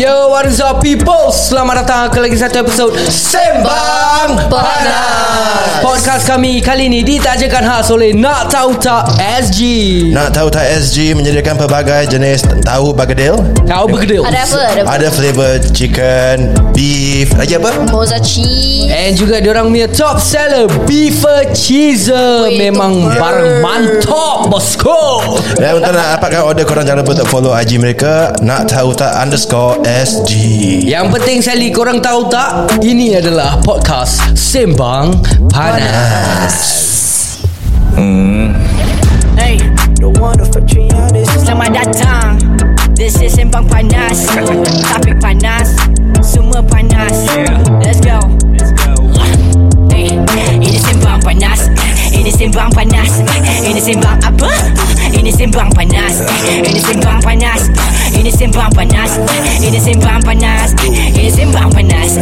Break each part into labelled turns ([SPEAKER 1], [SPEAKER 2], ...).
[SPEAKER 1] Warza People Selamat datang ke lagi satu episod Sembang Panas
[SPEAKER 2] Panas.
[SPEAKER 1] Podcast kami kali ini ditajakan khas oleh Nak Tahu Tak SG
[SPEAKER 2] Nak tahu tak SG menyediakan pelbagai jenis tahu bergedil
[SPEAKER 1] Kau bergedil
[SPEAKER 3] Ada apa? Ada apa?
[SPEAKER 2] Ada flavor chicken, beef, lagi apa?
[SPEAKER 3] Mozachi
[SPEAKER 1] And juga diorang punya top seller Beefer Cheeser
[SPEAKER 3] Weh,
[SPEAKER 1] Memang
[SPEAKER 3] itu
[SPEAKER 1] barang
[SPEAKER 3] burn.
[SPEAKER 1] mantap bosku
[SPEAKER 2] Dan Ya, untuk nak dapatkan order korang jangan lupa untuk follow IG mereka Nak tahu tak underscore SG
[SPEAKER 1] Yang penting sekali korang tahu tak Ini adalah podcast Sembang Panas
[SPEAKER 4] Hey, the one of Patriotis. Selamat datang. This is sembang panas. Topik panas. Semua panas. Let's go. Hey, ini sembang panas. Ini sembang panas. Ini sembang apa? Ini sembang panas. Ini sembang panas. Ini sembang panas. Ini sembang panas. Ini sembang panas.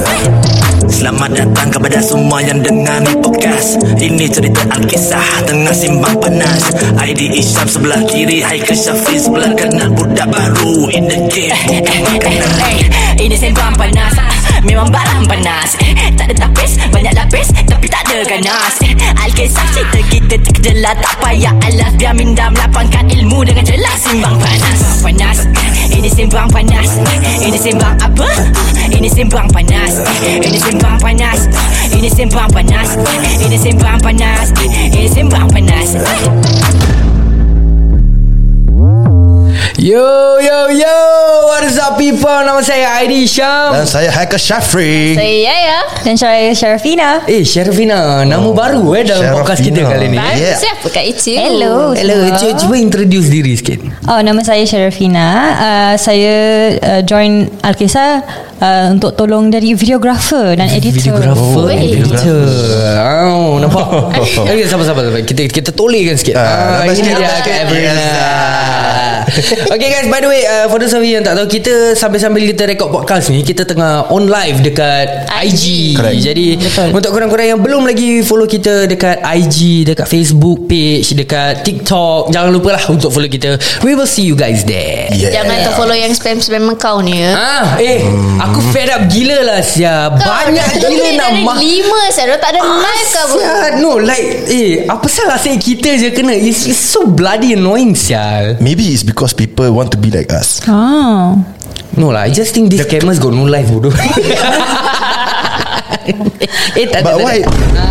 [SPEAKER 5] Selamat datang kepada semua yang dengar ni podcast Ini cerita Alkisah tengah simbang panas ID Isyam sebelah kiri Haikal Syafiq sebelah kanan Budak baru in the game
[SPEAKER 4] Eh, eh, eh, Ini sembang panas Ah, Memang barang panas Eh, Tak ada tapis Banyak lapis Tapi tak ada ganas Eh, Alkisah cerita kita terkejelah Tak payah alas Biar minda melapangkan ilmu Dengan jelas Simbang panas Sembang panas Eh, Ini sembang panas Eh, Ini sembang apa? Ah, Ini sembang panas Eh, Ini sembang panas Ah, Ini sembang panas Eh, Ini sembang panas Eh, Ini sembang panas Eh.
[SPEAKER 1] Yo yo yo What is up people Nama saya Aidy Syam
[SPEAKER 2] Dan saya Haikal Shafri
[SPEAKER 3] Saya ya Dan saya Syarafina
[SPEAKER 1] Eh Syarifina Nama baru eh
[SPEAKER 2] Oh,
[SPEAKER 1] Dalam
[SPEAKER 2] Syarafina.
[SPEAKER 1] podcast kita kali ni eh.
[SPEAKER 2] Yeah.
[SPEAKER 3] Siapa kat itu?
[SPEAKER 6] Hello.
[SPEAKER 1] Hello cuba, cuba introduce diri sikit
[SPEAKER 6] Oh, nama saya Syarafina. Uh, saya uh, join Alkisah uh, untuk tolong jadi videographer dan editor.
[SPEAKER 1] Videographer
[SPEAKER 3] Oh,
[SPEAKER 1] Editor oh, Nampak Okay sabar-sabar Kita kita tolehkan sikit
[SPEAKER 2] Ah,
[SPEAKER 1] ah,
[SPEAKER 2] lambat
[SPEAKER 1] Ini
[SPEAKER 2] sikit,
[SPEAKER 1] dia
[SPEAKER 2] lambat sikit.
[SPEAKER 1] Everina
[SPEAKER 2] Yes.
[SPEAKER 1] Okay guys by the way uh, For those of you yang tak tahu Kita sambil-sambil kita rekod podcast ni Kita tengah on live dekat IG,
[SPEAKER 2] Correct.
[SPEAKER 1] Jadi Untuk korang-korang yang belum lagi Follow kita dekat IG Dekat Facebook page Dekat TikTok Jangan lupa lah untuk follow kita We will see you guys there
[SPEAKER 2] Yeah.
[SPEAKER 3] Jangan terfollow yang spam-spam account ni ya
[SPEAKER 1] Ah, eh, aku fed up gila lah Sia. Banyak gila Ah, nak
[SPEAKER 3] mah
[SPEAKER 1] mah.
[SPEAKER 3] Lima saya tak ada naik ke apa
[SPEAKER 1] Sia, no like Eh apa salah saya kita je kena It's, it's so bloody annoying sial
[SPEAKER 2] Maybe it's because people want to be like us
[SPEAKER 6] Oh.
[SPEAKER 1] No lah I just think these cameras got no life bodoh Eh tak tak,
[SPEAKER 2] But
[SPEAKER 1] tak,
[SPEAKER 2] why Ah.
[SPEAKER 1] tak.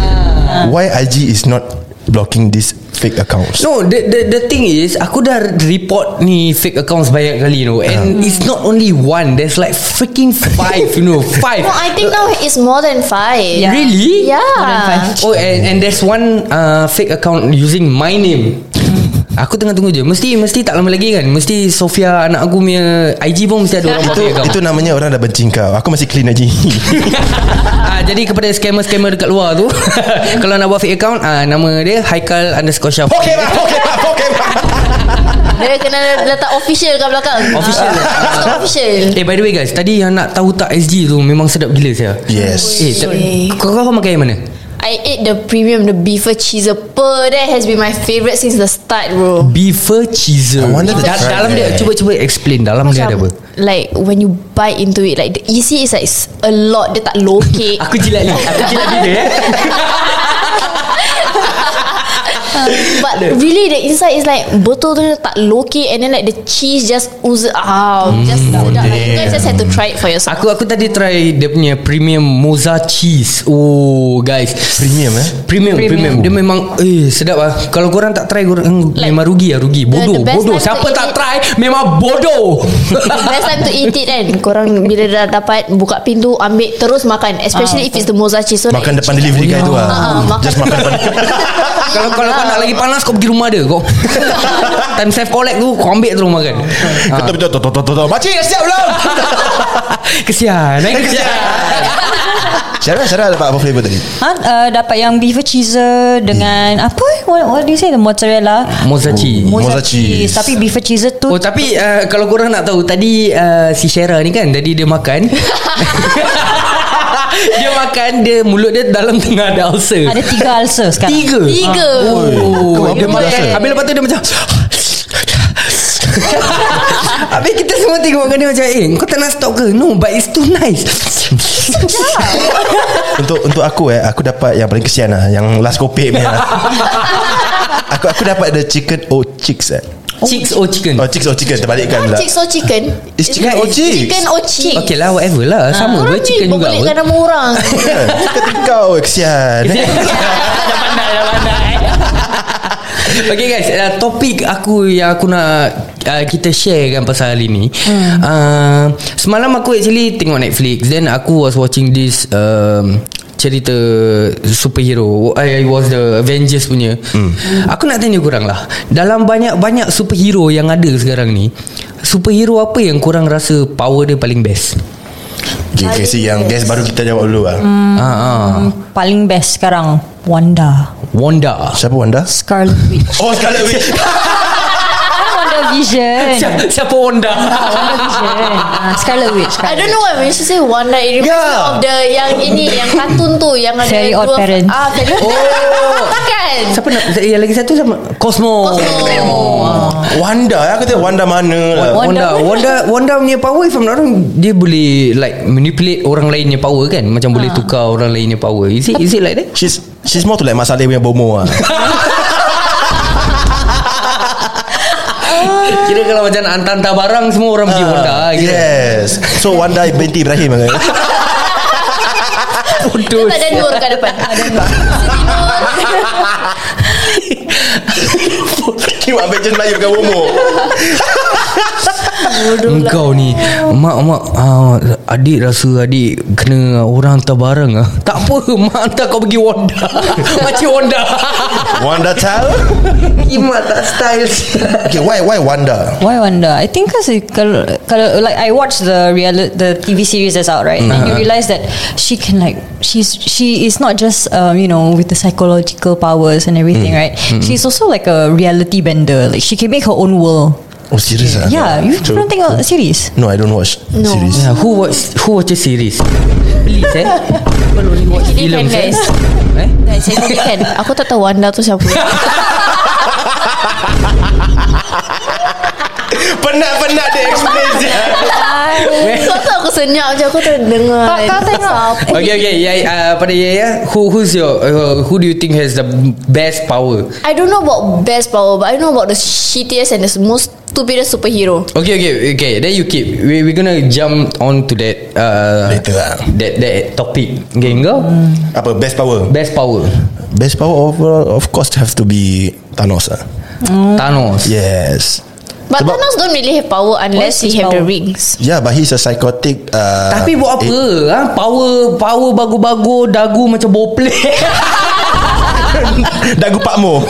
[SPEAKER 2] Why IG is not blocking these fake accounts
[SPEAKER 1] No the, the the thing is Aku dah report ni Fake accounts banyak kali you know
[SPEAKER 2] Ah.
[SPEAKER 1] And it's not only one There's like freaking five You know Five
[SPEAKER 3] No I think now it's more than five
[SPEAKER 6] Yeah.
[SPEAKER 1] Really?
[SPEAKER 3] Yeah.
[SPEAKER 6] More than five.
[SPEAKER 1] Oh and, and there's one uh, Fake account Using my name Aku tengah tunggu je Mesti mesti tak lama lagi kan Mesti Sofia Anak aku punya IG pun mesti ada orang pakai account
[SPEAKER 2] Itu namanya orang dah benci kau Aku masih clean aja
[SPEAKER 1] ah, Jadi kepada scammer-scammer dekat luar tu Kalau nak buat fake account ah, Nama dia Haikal underscore Syaf
[SPEAKER 2] Pokemon Pokemon Pokemon
[SPEAKER 3] Dia kena letak official kat belakang
[SPEAKER 1] Official.
[SPEAKER 3] Ah, Stop official
[SPEAKER 1] Eh by the way guys Tadi yang nak tahu tak SG tu Memang sedap gila saya
[SPEAKER 2] Yes
[SPEAKER 1] Eh t- kau, kau makan yang mana?
[SPEAKER 3] I ate the premium The beefer cheeser Per That has been my favourite Since the start bro
[SPEAKER 1] Beefer cheeser
[SPEAKER 2] I wanted to
[SPEAKER 1] da-
[SPEAKER 2] try
[SPEAKER 1] Dalam dia
[SPEAKER 2] that.
[SPEAKER 1] Cuba-cuba explain Dalam dia ada apa?
[SPEAKER 3] Like when you bite into it Like the isi is like s- A lot Dia tak lokek
[SPEAKER 1] Aku jilat ni Aku jilat dia eh
[SPEAKER 3] But really the inside is like Botol tu tak lokek And then like the cheese just oozes out
[SPEAKER 2] Hmm,
[SPEAKER 3] Just sedap like, You guys just have to try it for yourself
[SPEAKER 1] Aku aku tadi try dia punya premium moza cheese. Oh guys,
[SPEAKER 2] Premium eh
[SPEAKER 1] premium premium, premium. dia memang eh sedap ah. Kalau korang tak try korang like,
[SPEAKER 3] Like,
[SPEAKER 1] memang rugi ah rugi. Bodoh,
[SPEAKER 3] the best
[SPEAKER 1] bodoh.
[SPEAKER 3] time
[SPEAKER 1] Siapa
[SPEAKER 3] to
[SPEAKER 1] tak
[SPEAKER 3] eat-
[SPEAKER 1] try memang bodoh.
[SPEAKER 3] The best time to eat it kan Korang bila dah dapat Buka pintu Ambil terus makan Especially if it's the mozza cheese so
[SPEAKER 2] Ah, Makan
[SPEAKER 3] like,
[SPEAKER 2] depan delivery guy tu
[SPEAKER 3] Ah, ah,
[SPEAKER 2] lah
[SPEAKER 3] makan
[SPEAKER 2] Just makan depan
[SPEAKER 1] kalau kalau kau nak lagi panas kau pergi rumah dia kau. Time save collect tu kan. kau ambil terus makan.
[SPEAKER 2] Kau tu betul betul betul Makcik dah siap belum
[SPEAKER 1] kesian, eh, kesian.
[SPEAKER 2] Syarah Syarah dapat apa flavor tadi
[SPEAKER 6] Ha, uh, dapat yang beef cheeser dengan apa? eh? What, what do you say? The mozzarella.
[SPEAKER 1] Moza cheese.
[SPEAKER 2] Mozzarella
[SPEAKER 6] Mozzarella
[SPEAKER 2] cheese.
[SPEAKER 6] cheese. Tapi beef cheeser tu.
[SPEAKER 1] Oh tapi uh, kalau korang nak tahu tadi uh, si Shera ni kan tadi dia makan dia makan dia mulut dia dalam tengah ada ulcer.
[SPEAKER 6] Ada tiga ulcer sekarang.
[SPEAKER 1] tiga.
[SPEAKER 3] Tiga
[SPEAKER 1] Oh,
[SPEAKER 2] Kau
[SPEAKER 1] dia
[SPEAKER 2] apa
[SPEAKER 1] makan.
[SPEAKER 2] ulcer?
[SPEAKER 1] Habis lepas tu dia macam Habis kita semua semua tengok kan dia macam Eh kau tak nak stop ke No but it's too nice
[SPEAKER 2] Untuk untuk aku eh Aku dapat yang paling kesian lah Yang last kopi punya lah. Aku aku dapat the chicken or chicks eh
[SPEAKER 1] Chicks or chicken
[SPEAKER 2] Oh chicks or chicken Terbalikkan pula
[SPEAKER 3] Chicks or chicken
[SPEAKER 2] lah. It's chicken
[SPEAKER 3] Oh,
[SPEAKER 2] or chicks
[SPEAKER 3] Chicken or chick
[SPEAKER 1] Okay lah whatever lah Sama
[SPEAKER 3] Korang
[SPEAKER 1] pun
[SPEAKER 3] ni
[SPEAKER 1] chicken juga
[SPEAKER 3] Berbelikkan
[SPEAKER 1] apa.
[SPEAKER 3] nama orang
[SPEAKER 2] Kata kau kesian eh.
[SPEAKER 1] Okay guys uh, Topik aku yang aku nak uh, Kita share kan pasal hari ni hmm. uh, Semalam aku actually tengok Netflix Then aku was watching this um, Cerita superhero I I was the Avengers punya hmm. Aku nak tanya korang lah Dalam banyak-banyak superhero yang ada sekarang ni Superhero apa yang korang rasa power dia paling best?
[SPEAKER 2] Okay, okay si yang guest baru kita jawab dulu lah
[SPEAKER 1] Ah, ah.
[SPEAKER 6] Paling best sekarang Wanda
[SPEAKER 1] Wanda
[SPEAKER 2] Siapa Wanda?
[SPEAKER 6] Scarlet Witch Ah,
[SPEAKER 2] Oh Scarlet Witch
[SPEAKER 6] Wanda Vision
[SPEAKER 1] Siapa, siapa Wanda?
[SPEAKER 6] Wanda Vision Ah, Scarlet
[SPEAKER 3] I
[SPEAKER 6] Witch Scarlet
[SPEAKER 3] don't know why when she say Wanda it reminds me
[SPEAKER 2] Yeah.
[SPEAKER 3] of the yang ini yang kartun tu yang ada
[SPEAKER 6] Very Odd
[SPEAKER 3] dua-
[SPEAKER 6] Parents.
[SPEAKER 3] Ah, very odd.
[SPEAKER 1] Oh.
[SPEAKER 3] Takkan.
[SPEAKER 1] Siapa nak Yang lagi satu sama
[SPEAKER 2] Oh.
[SPEAKER 1] Cosmo
[SPEAKER 3] Cosmo.
[SPEAKER 2] Wanda eh. Aku tengok Wanda mana lah
[SPEAKER 1] Wanda
[SPEAKER 6] Wanda
[SPEAKER 1] Wanda Wanda punya power If I'm not wrong Dia boleh like Manipulate orang lain punya power kan Macam boleh tukar orang lain punya power Is it, is it like that?
[SPEAKER 2] She's she's more to like Masalih punya bomo lah
[SPEAKER 1] Kira kalau macam nak hantar-hantar barang Semua orang pergi Wanda
[SPEAKER 2] Ah,
[SPEAKER 1] kira.
[SPEAKER 2] Yes So Wanda binti Ibrahim lah
[SPEAKER 3] Dia tak ada nur kat depan. Ada nur. Siti Nur.
[SPEAKER 2] Kira ambil jenis Melayu bukan bomo
[SPEAKER 1] Engkau ni Mak mak ah, Adik rasa adik Kena orang hantar barang ah. Tak apa Mak hantar kau pergi Wanda Macam Wanda
[SPEAKER 2] Wanda Tal
[SPEAKER 1] Kimak tak style
[SPEAKER 2] Okay why why Wanda?
[SPEAKER 6] Why Wanda? I think cause it- kalau kalau like I watch the real the TV series that's out right, and you realize that she can like she's she is not just um, you know with the psychological powers and everything right. She's also like a reality bender. Like she can make her own world.
[SPEAKER 2] Oh serious ah?
[SPEAKER 6] yeah, you don't think of series.
[SPEAKER 2] No, I don't watch
[SPEAKER 3] No.
[SPEAKER 2] series.
[SPEAKER 1] Yeah, who watch who watches series? Please eh. People only watch
[SPEAKER 3] Kidding
[SPEAKER 1] films
[SPEAKER 3] kan,
[SPEAKER 1] eh.
[SPEAKER 3] guys?
[SPEAKER 1] Eh?
[SPEAKER 3] Guys, saya tadi kan Aku tak tahu Wanda tu siapa
[SPEAKER 2] Penat-penat dia explain je.
[SPEAKER 3] Kau tahu aku senyap je Aku terdengar
[SPEAKER 6] Tak, kau tengok.
[SPEAKER 3] Siapa?
[SPEAKER 1] Okay okay ya uh, pada ya ya who who's your uh, who do you think has the best power?
[SPEAKER 3] I don't know about best power But I know about the shittiest And the most stupidest superhero
[SPEAKER 1] Okay okay okay then you keep we we gonna jump on to that uh,
[SPEAKER 2] Later lah.
[SPEAKER 1] that that topic. Okay kau
[SPEAKER 2] Apa best power?
[SPEAKER 1] best power
[SPEAKER 2] Best power overall of course have to be Thanos ah.
[SPEAKER 1] Mm. Thanos.
[SPEAKER 2] Yes.
[SPEAKER 3] But
[SPEAKER 2] Sebab-
[SPEAKER 3] Thanos don't really have power Unless
[SPEAKER 6] What's his
[SPEAKER 3] he have the
[SPEAKER 6] power?
[SPEAKER 3] rings
[SPEAKER 2] Yeah, but he's a psychotic uh,
[SPEAKER 1] Tapi buat apa? Ha? Power power bagu-bagu dagu macam boplek.
[SPEAKER 2] eh, Dagu Pak Mo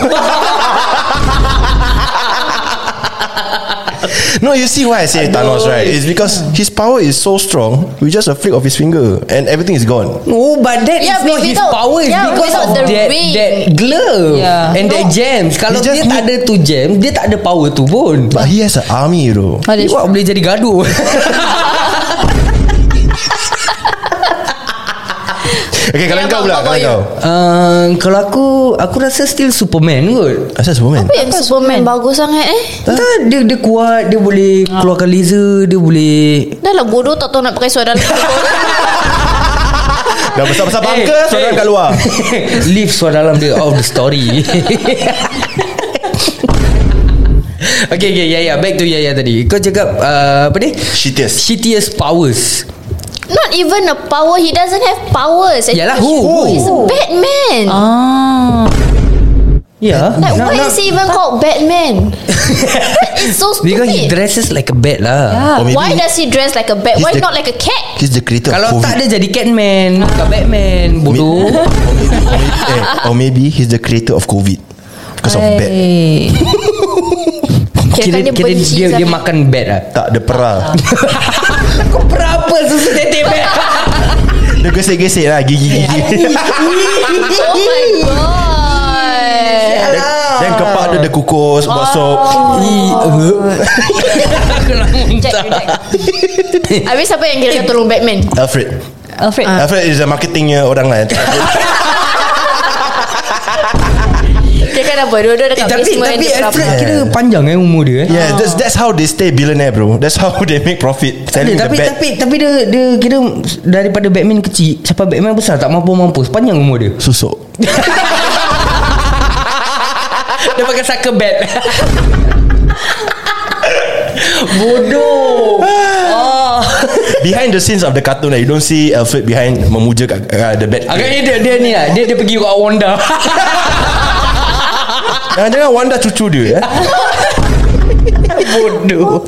[SPEAKER 2] No, you see why I say Thanos, right? It's because his power is so strong with just a flick of his finger and everything is gone.
[SPEAKER 1] Oh, but that
[SPEAKER 3] Yeah,
[SPEAKER 1] is not
[SPEAKER 3] but
[SPEAKER 1] his
[SPEAKER 3] without-
[SPEAKER 1] power is
[SPEAKER 3] yeah,
[SPEAKER 1] because
[SPEAKER 3] without
[SPEAKER 1] of
[SPEAKER 3] the
[SPEAKER 1] that,
[SPEAKER 3] ring.
[SPEAKER 1] that glove
[SPEAKER 6] Yeah.
[SPEAKER 1] and that gems. Kalau
[SPEAKER 2] just
[SPEAKER 1] dia tak ada tu gem, dia tak ada power tu pun.
[SPEAKER 2] But he has an army, bro.
[SPEAKER 6] Oh,
[SPEAKER 1] Dia
[SPEAKER 6] that's
[SPEAKER 1] buat boleh jadi gaduh.
[SPEAKER 2] Okay, kalau
[SPEAKER 3] Yeah,
[SPEAKER 2] kau
[SPEAKER 3] but
[SPEAKER 2] pula,
[SPEAKER 3] what
[SPEAKER 2] kalau
[SPEAKER 3] about you?
[SPEAKER 2] kau.
[SPEAKER 1] uh, kalau aku, aku rasa still Superman kot.
[SPEAKER 2] Asal Superman?
[SPEAKER 3] Apa yang Superman bagus sangat eh
[SPEAKER 1] Tak, dia, dia kuat, dia boleh keluarkan laser, dia boleh...
[SPEAKER 3] Dah lah bodoh tak tahu nak pakai suara dalam
[SPEAKER 2] Dah besar-besar
[SPEAKER 1] Eh,
[SPEAKER 2] bangka, hey,
[SPEAKER 1] eh.
[SPEAKER 2] kat luar.
[SPEAKER 1] Leave suara dalam dia of the story. okay, okay, Yaya. Back to Yaya tadi. Kau cakap, uh, apa ni?
[SPEAKER 2] Shittiest.
[SPEAKER 1] Shittiest powers.
[SPEAKER 3] Not even a power He doesn't have powers And
[SPEAKER 1] Yalah, who? Who?
[SPEAKER 3] He's a Batman
[SPEAKER 6] Ah,
[SPEAKER 1] Ya.
[SPEAKER 3] Like why is he even called Batman It's so
[SPEAKER 1] Because he
[SPEAKER 3] stupid Ya.
[SPEAKER 1] dresses like a bat
[SPEAKER 2] Or
[SPEAKER 1] lah.
[SPEAKER 2] maybe
[SPEAKER 3] Why does he dress like a bat
[SPEAKER 2] He's the-
[SPEAKER 3] Why not like a cat
[SPEAKER 2] He's the creator of
[SPEAKER 1] Kalau
[SPEAKER 2] COVID.
[SPEAKER 1] tak dia jadi Catman Bukan Batman Bodoh
[SPEAKER 2] Or maybe, or, maybe, eh, or maybe he's the creator of COVID because
[SPEAKER 1] Eh.
[SPEAKER 2] of bat.
[SPEAKER 6] hey.
[SPEAKER 1] Kira,
[SPEAKER 3] Kira-kira dia
[SPEAKER 1] kira
[SPEAKER 3] benci
[SPEAKER 1] dia, dia
[SPEAKER 3] sangat.
[SPEAKER 1] makan bat lah
[SPEAKER 2] Tak ada perah.
[SPEAKER 1] Kau berapa susu tetek bat
[SPEAKER 2] Dia gesek-gesek lah gigi-gigi.
[SPEAKER 3] Oh my god
[SPEAKER 2] Dan, dan kepak dia dia kukus buat sop.
[SPEAKER 3] Oh.
[SPEAKER 1] eh. Aku nak muntah
[SPEAKER 3] Jack, Jack. Habis siapa yang kira tolong Batman
[SPEAKER 2] Alfred.
[SPEAKER 6] Alfred.
[SPEAKER 1] Ah.
[SPEAKER 2] Alfred is the marketingnya orang lah.
[SPEAKER 3] Dia kan dah apa Dua-dua dekat
[SPEAKER 1] Eh, tapi
[SPEAKER 3] basement
[SPEAKER 1] tapi
[SPEAKER 3] dia
[SPEAKER 1] Alfred
[SPEAKER 3] berapa.
[SPEAKER 1] kira panjang eh umur dia eh.
[SPEAKER 2] Yeah, that's that's how they stay billionaire, bro. That's how they make profit.
[SPEAKER 1] Tak ada,
[SPEAKER 2] Selling the
[SPEAKER 1] Eh, tapi
[SPEAKER 2] bad.
[SPEAKER 1] tapi tapi dia dia kira daripada Batman kecil sampai Batman besar tak mampu mampu panjang umur dia.
[SPEAKER 2] susuk.
[SPEAKER 1] Dia pakai saka bat. Bodoh.
[SPEAKER 2] Behind the scenes of the cartoon, like, you don't see Alfred behind memuja kat, uh, the bad.
[SPEAKER 1] Agaknya dia, dia ni lah Dia, dia pergi kat Wanda
[SPEAKER 2] Jangan-jangan Wanda cucu dia. Eh?
[SPEAKER 1] Bodoh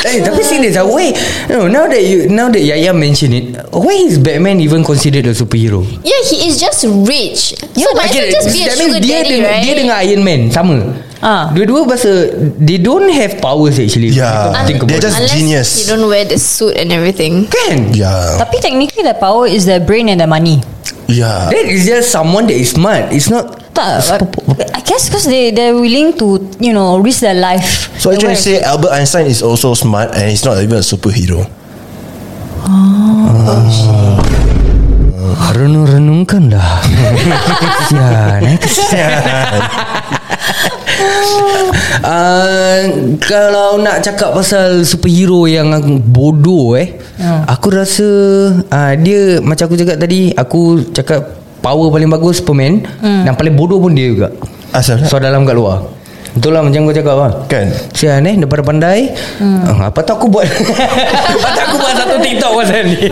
[SPEAKER 1] Eh tapi serious lah Why no, Now that you Now that Yaya mention it Why is Batman even considered a superhero
[SPEAKER 3] Yeah he is just rich So might as well just be a
[SPEAKER 1] that means
[SPEAKER 3] sugar
[SPEAKER 1] dia,
[SPEAKER 3] daddy
[SPEAKER 1] dengan,
[SPEAKER 3] right
[SPEAKER 1] dia dengan Iron Man Sama
[SPEAKER 6] Ah.
[SPEAKER 1] Dua-dua bahasa They don't have powers actually
[SPEAKER 2] Yeah.
[SPEAKER 1] Think about
[SPEAKER 2] They're
[SPEAKER 1] it.
[SPEAKER 2] just
[SPEAKER 3] Unless
[SPEAKER 2] genius.
[SPEAKER 3] you don't wear the suit and everything
[SPEAKER 1] Kan
[SPEAKER 2] Yeah.
[SPEAKER 6] Tapi technically their power is their brain and their money.
[SPEAKER 2] Yeah.
[SPEAKER 1] That is just someone that is smart It's not
[SPEAKER 6] Tak, I guess because they they're willing to you know risk their life.
[SPEAKER 2] So actually
[SPEAKER 6] Whereas-
[SPEAKER 2] say Albert Einstein is also smart and he's not even a superhero.
[SPEAKER 1] Renung-renungkanlah Kesian eh Kesian uh, Kalau nak cakap pasal superhero yang aku- bodoh eh hmm. Aku rasa uh, Dia macam aku cakap tadi Aku cakap power paling bagus Superman hmm. Dan paling bodoh pun dia juga
[SPEAKER 2] Asal
[SPEAKER 1] So dalam kat luar Betul lah macam kau cakap lah
[SPEAKER 2] Kan.
[SPEAKER 1] Sian eh Daripada pandai hmm. ah, Apa tahu aku buat Apa tahu aku buat satu TikTok pasal ni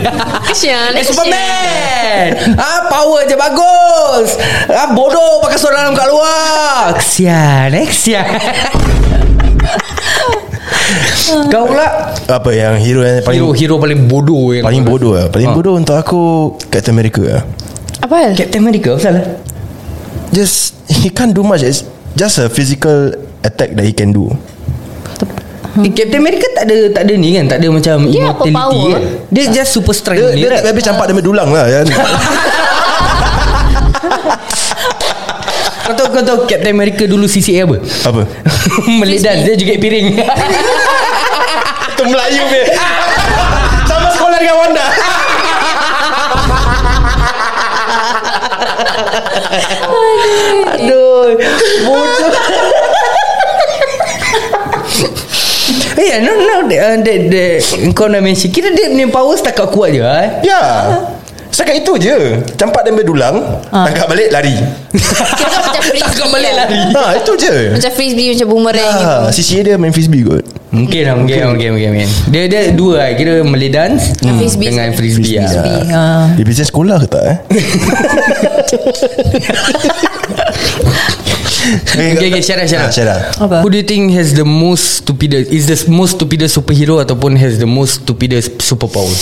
[SPEAKER 3] Kesian
[SPEAKER 1] Eh, Superman ah, Power je bagus ah, Bodoh pakai suara dalam kat luar Kesian eh Kesian Kau pula
[SPEAKER 2] Apa yang hero yang paling
[SPEAKER 1] Hero, hero paling bodoh yang
[SPEAKER 2] paling bodoh lah. Paling
[SPEAKER 1] Ah.
[SPEAKER 2] bodoh untuk aku Captain America lah.
[SPEAKER 3] Apa hal?
[SPEAKER 1] Captain America lah. Kenapa salah
[SPEAKER 2] Just he can't do much. It's just a physical attack that he can do.
[SPEAKER 1] Eh, Captain America tak ada tak ada ni kan tak ada macam
[SPEAKER 3] Hmm. Dia apa
[SPEAKER 1] immortality
[SPEAKER 3] power?
[SPEAKER 1] kan dia just super strength
[SPEAKER 2] Dia, dia
[SPEAKER 1] ni lah.
[SPEAKER 2] tak
[SPEAKER 1] right?
[SPEAKER 2] habis campak dia punya dulang lah kan.
[SPEAKER 1] kau tahu kau tahu Captain America dulu CCA apa
[SPEAKER 2] Apa?
[SPEAKER 1] meledan dia juga piring
[SPEAKER 2] Itu Melayu be. Sama sekolah dengan Wanda.
[SPEAKER 1] Aduh Bodoh Eh, yeah, no, no, uh, that, that, kau nak mention Kira dia punya power setakat kuat je eh?
[SPEAKER 2] Ya. Setakat itu je. Campak dia punya dulang, tangkap balik lari.
[SPEAKER 3] Kira kau macam frisbee
[SPEAKER 1] Kau balik
[SPEAKER 3] lah.
[SPEAKER 1] lari
[SPEAKER 2] ha, itu je.
[SPEAKER 3] Macam frisbee Macam boomerang gitu
[SPEAKER 2] Ha, CCA dia main frisbee kot.
[SPEAKER 1] Mungkin lah Mungkin mungkin, mungkin, mungkin. Dia dia dua lah Kira Malay dance
[SPEAKER 3] Hmm. Frisbee.
[SPEAKER 1] Dengan frisbee, frisbee lah.
[SPEAKER 6] Frisbee, ah.
[SPEAKER 2] Dia biasa sekolah ke tak eh?
[SPEAKER 1] Okay, okay, Syara, Syara.
[SPEAKER 2] Ah, Syara.
[SPEAKER 6] Apa?
[SPEAKER 1] Who do you think has the most stupidest Is the most stupidest superhero Ataupun has the most stupidest superpower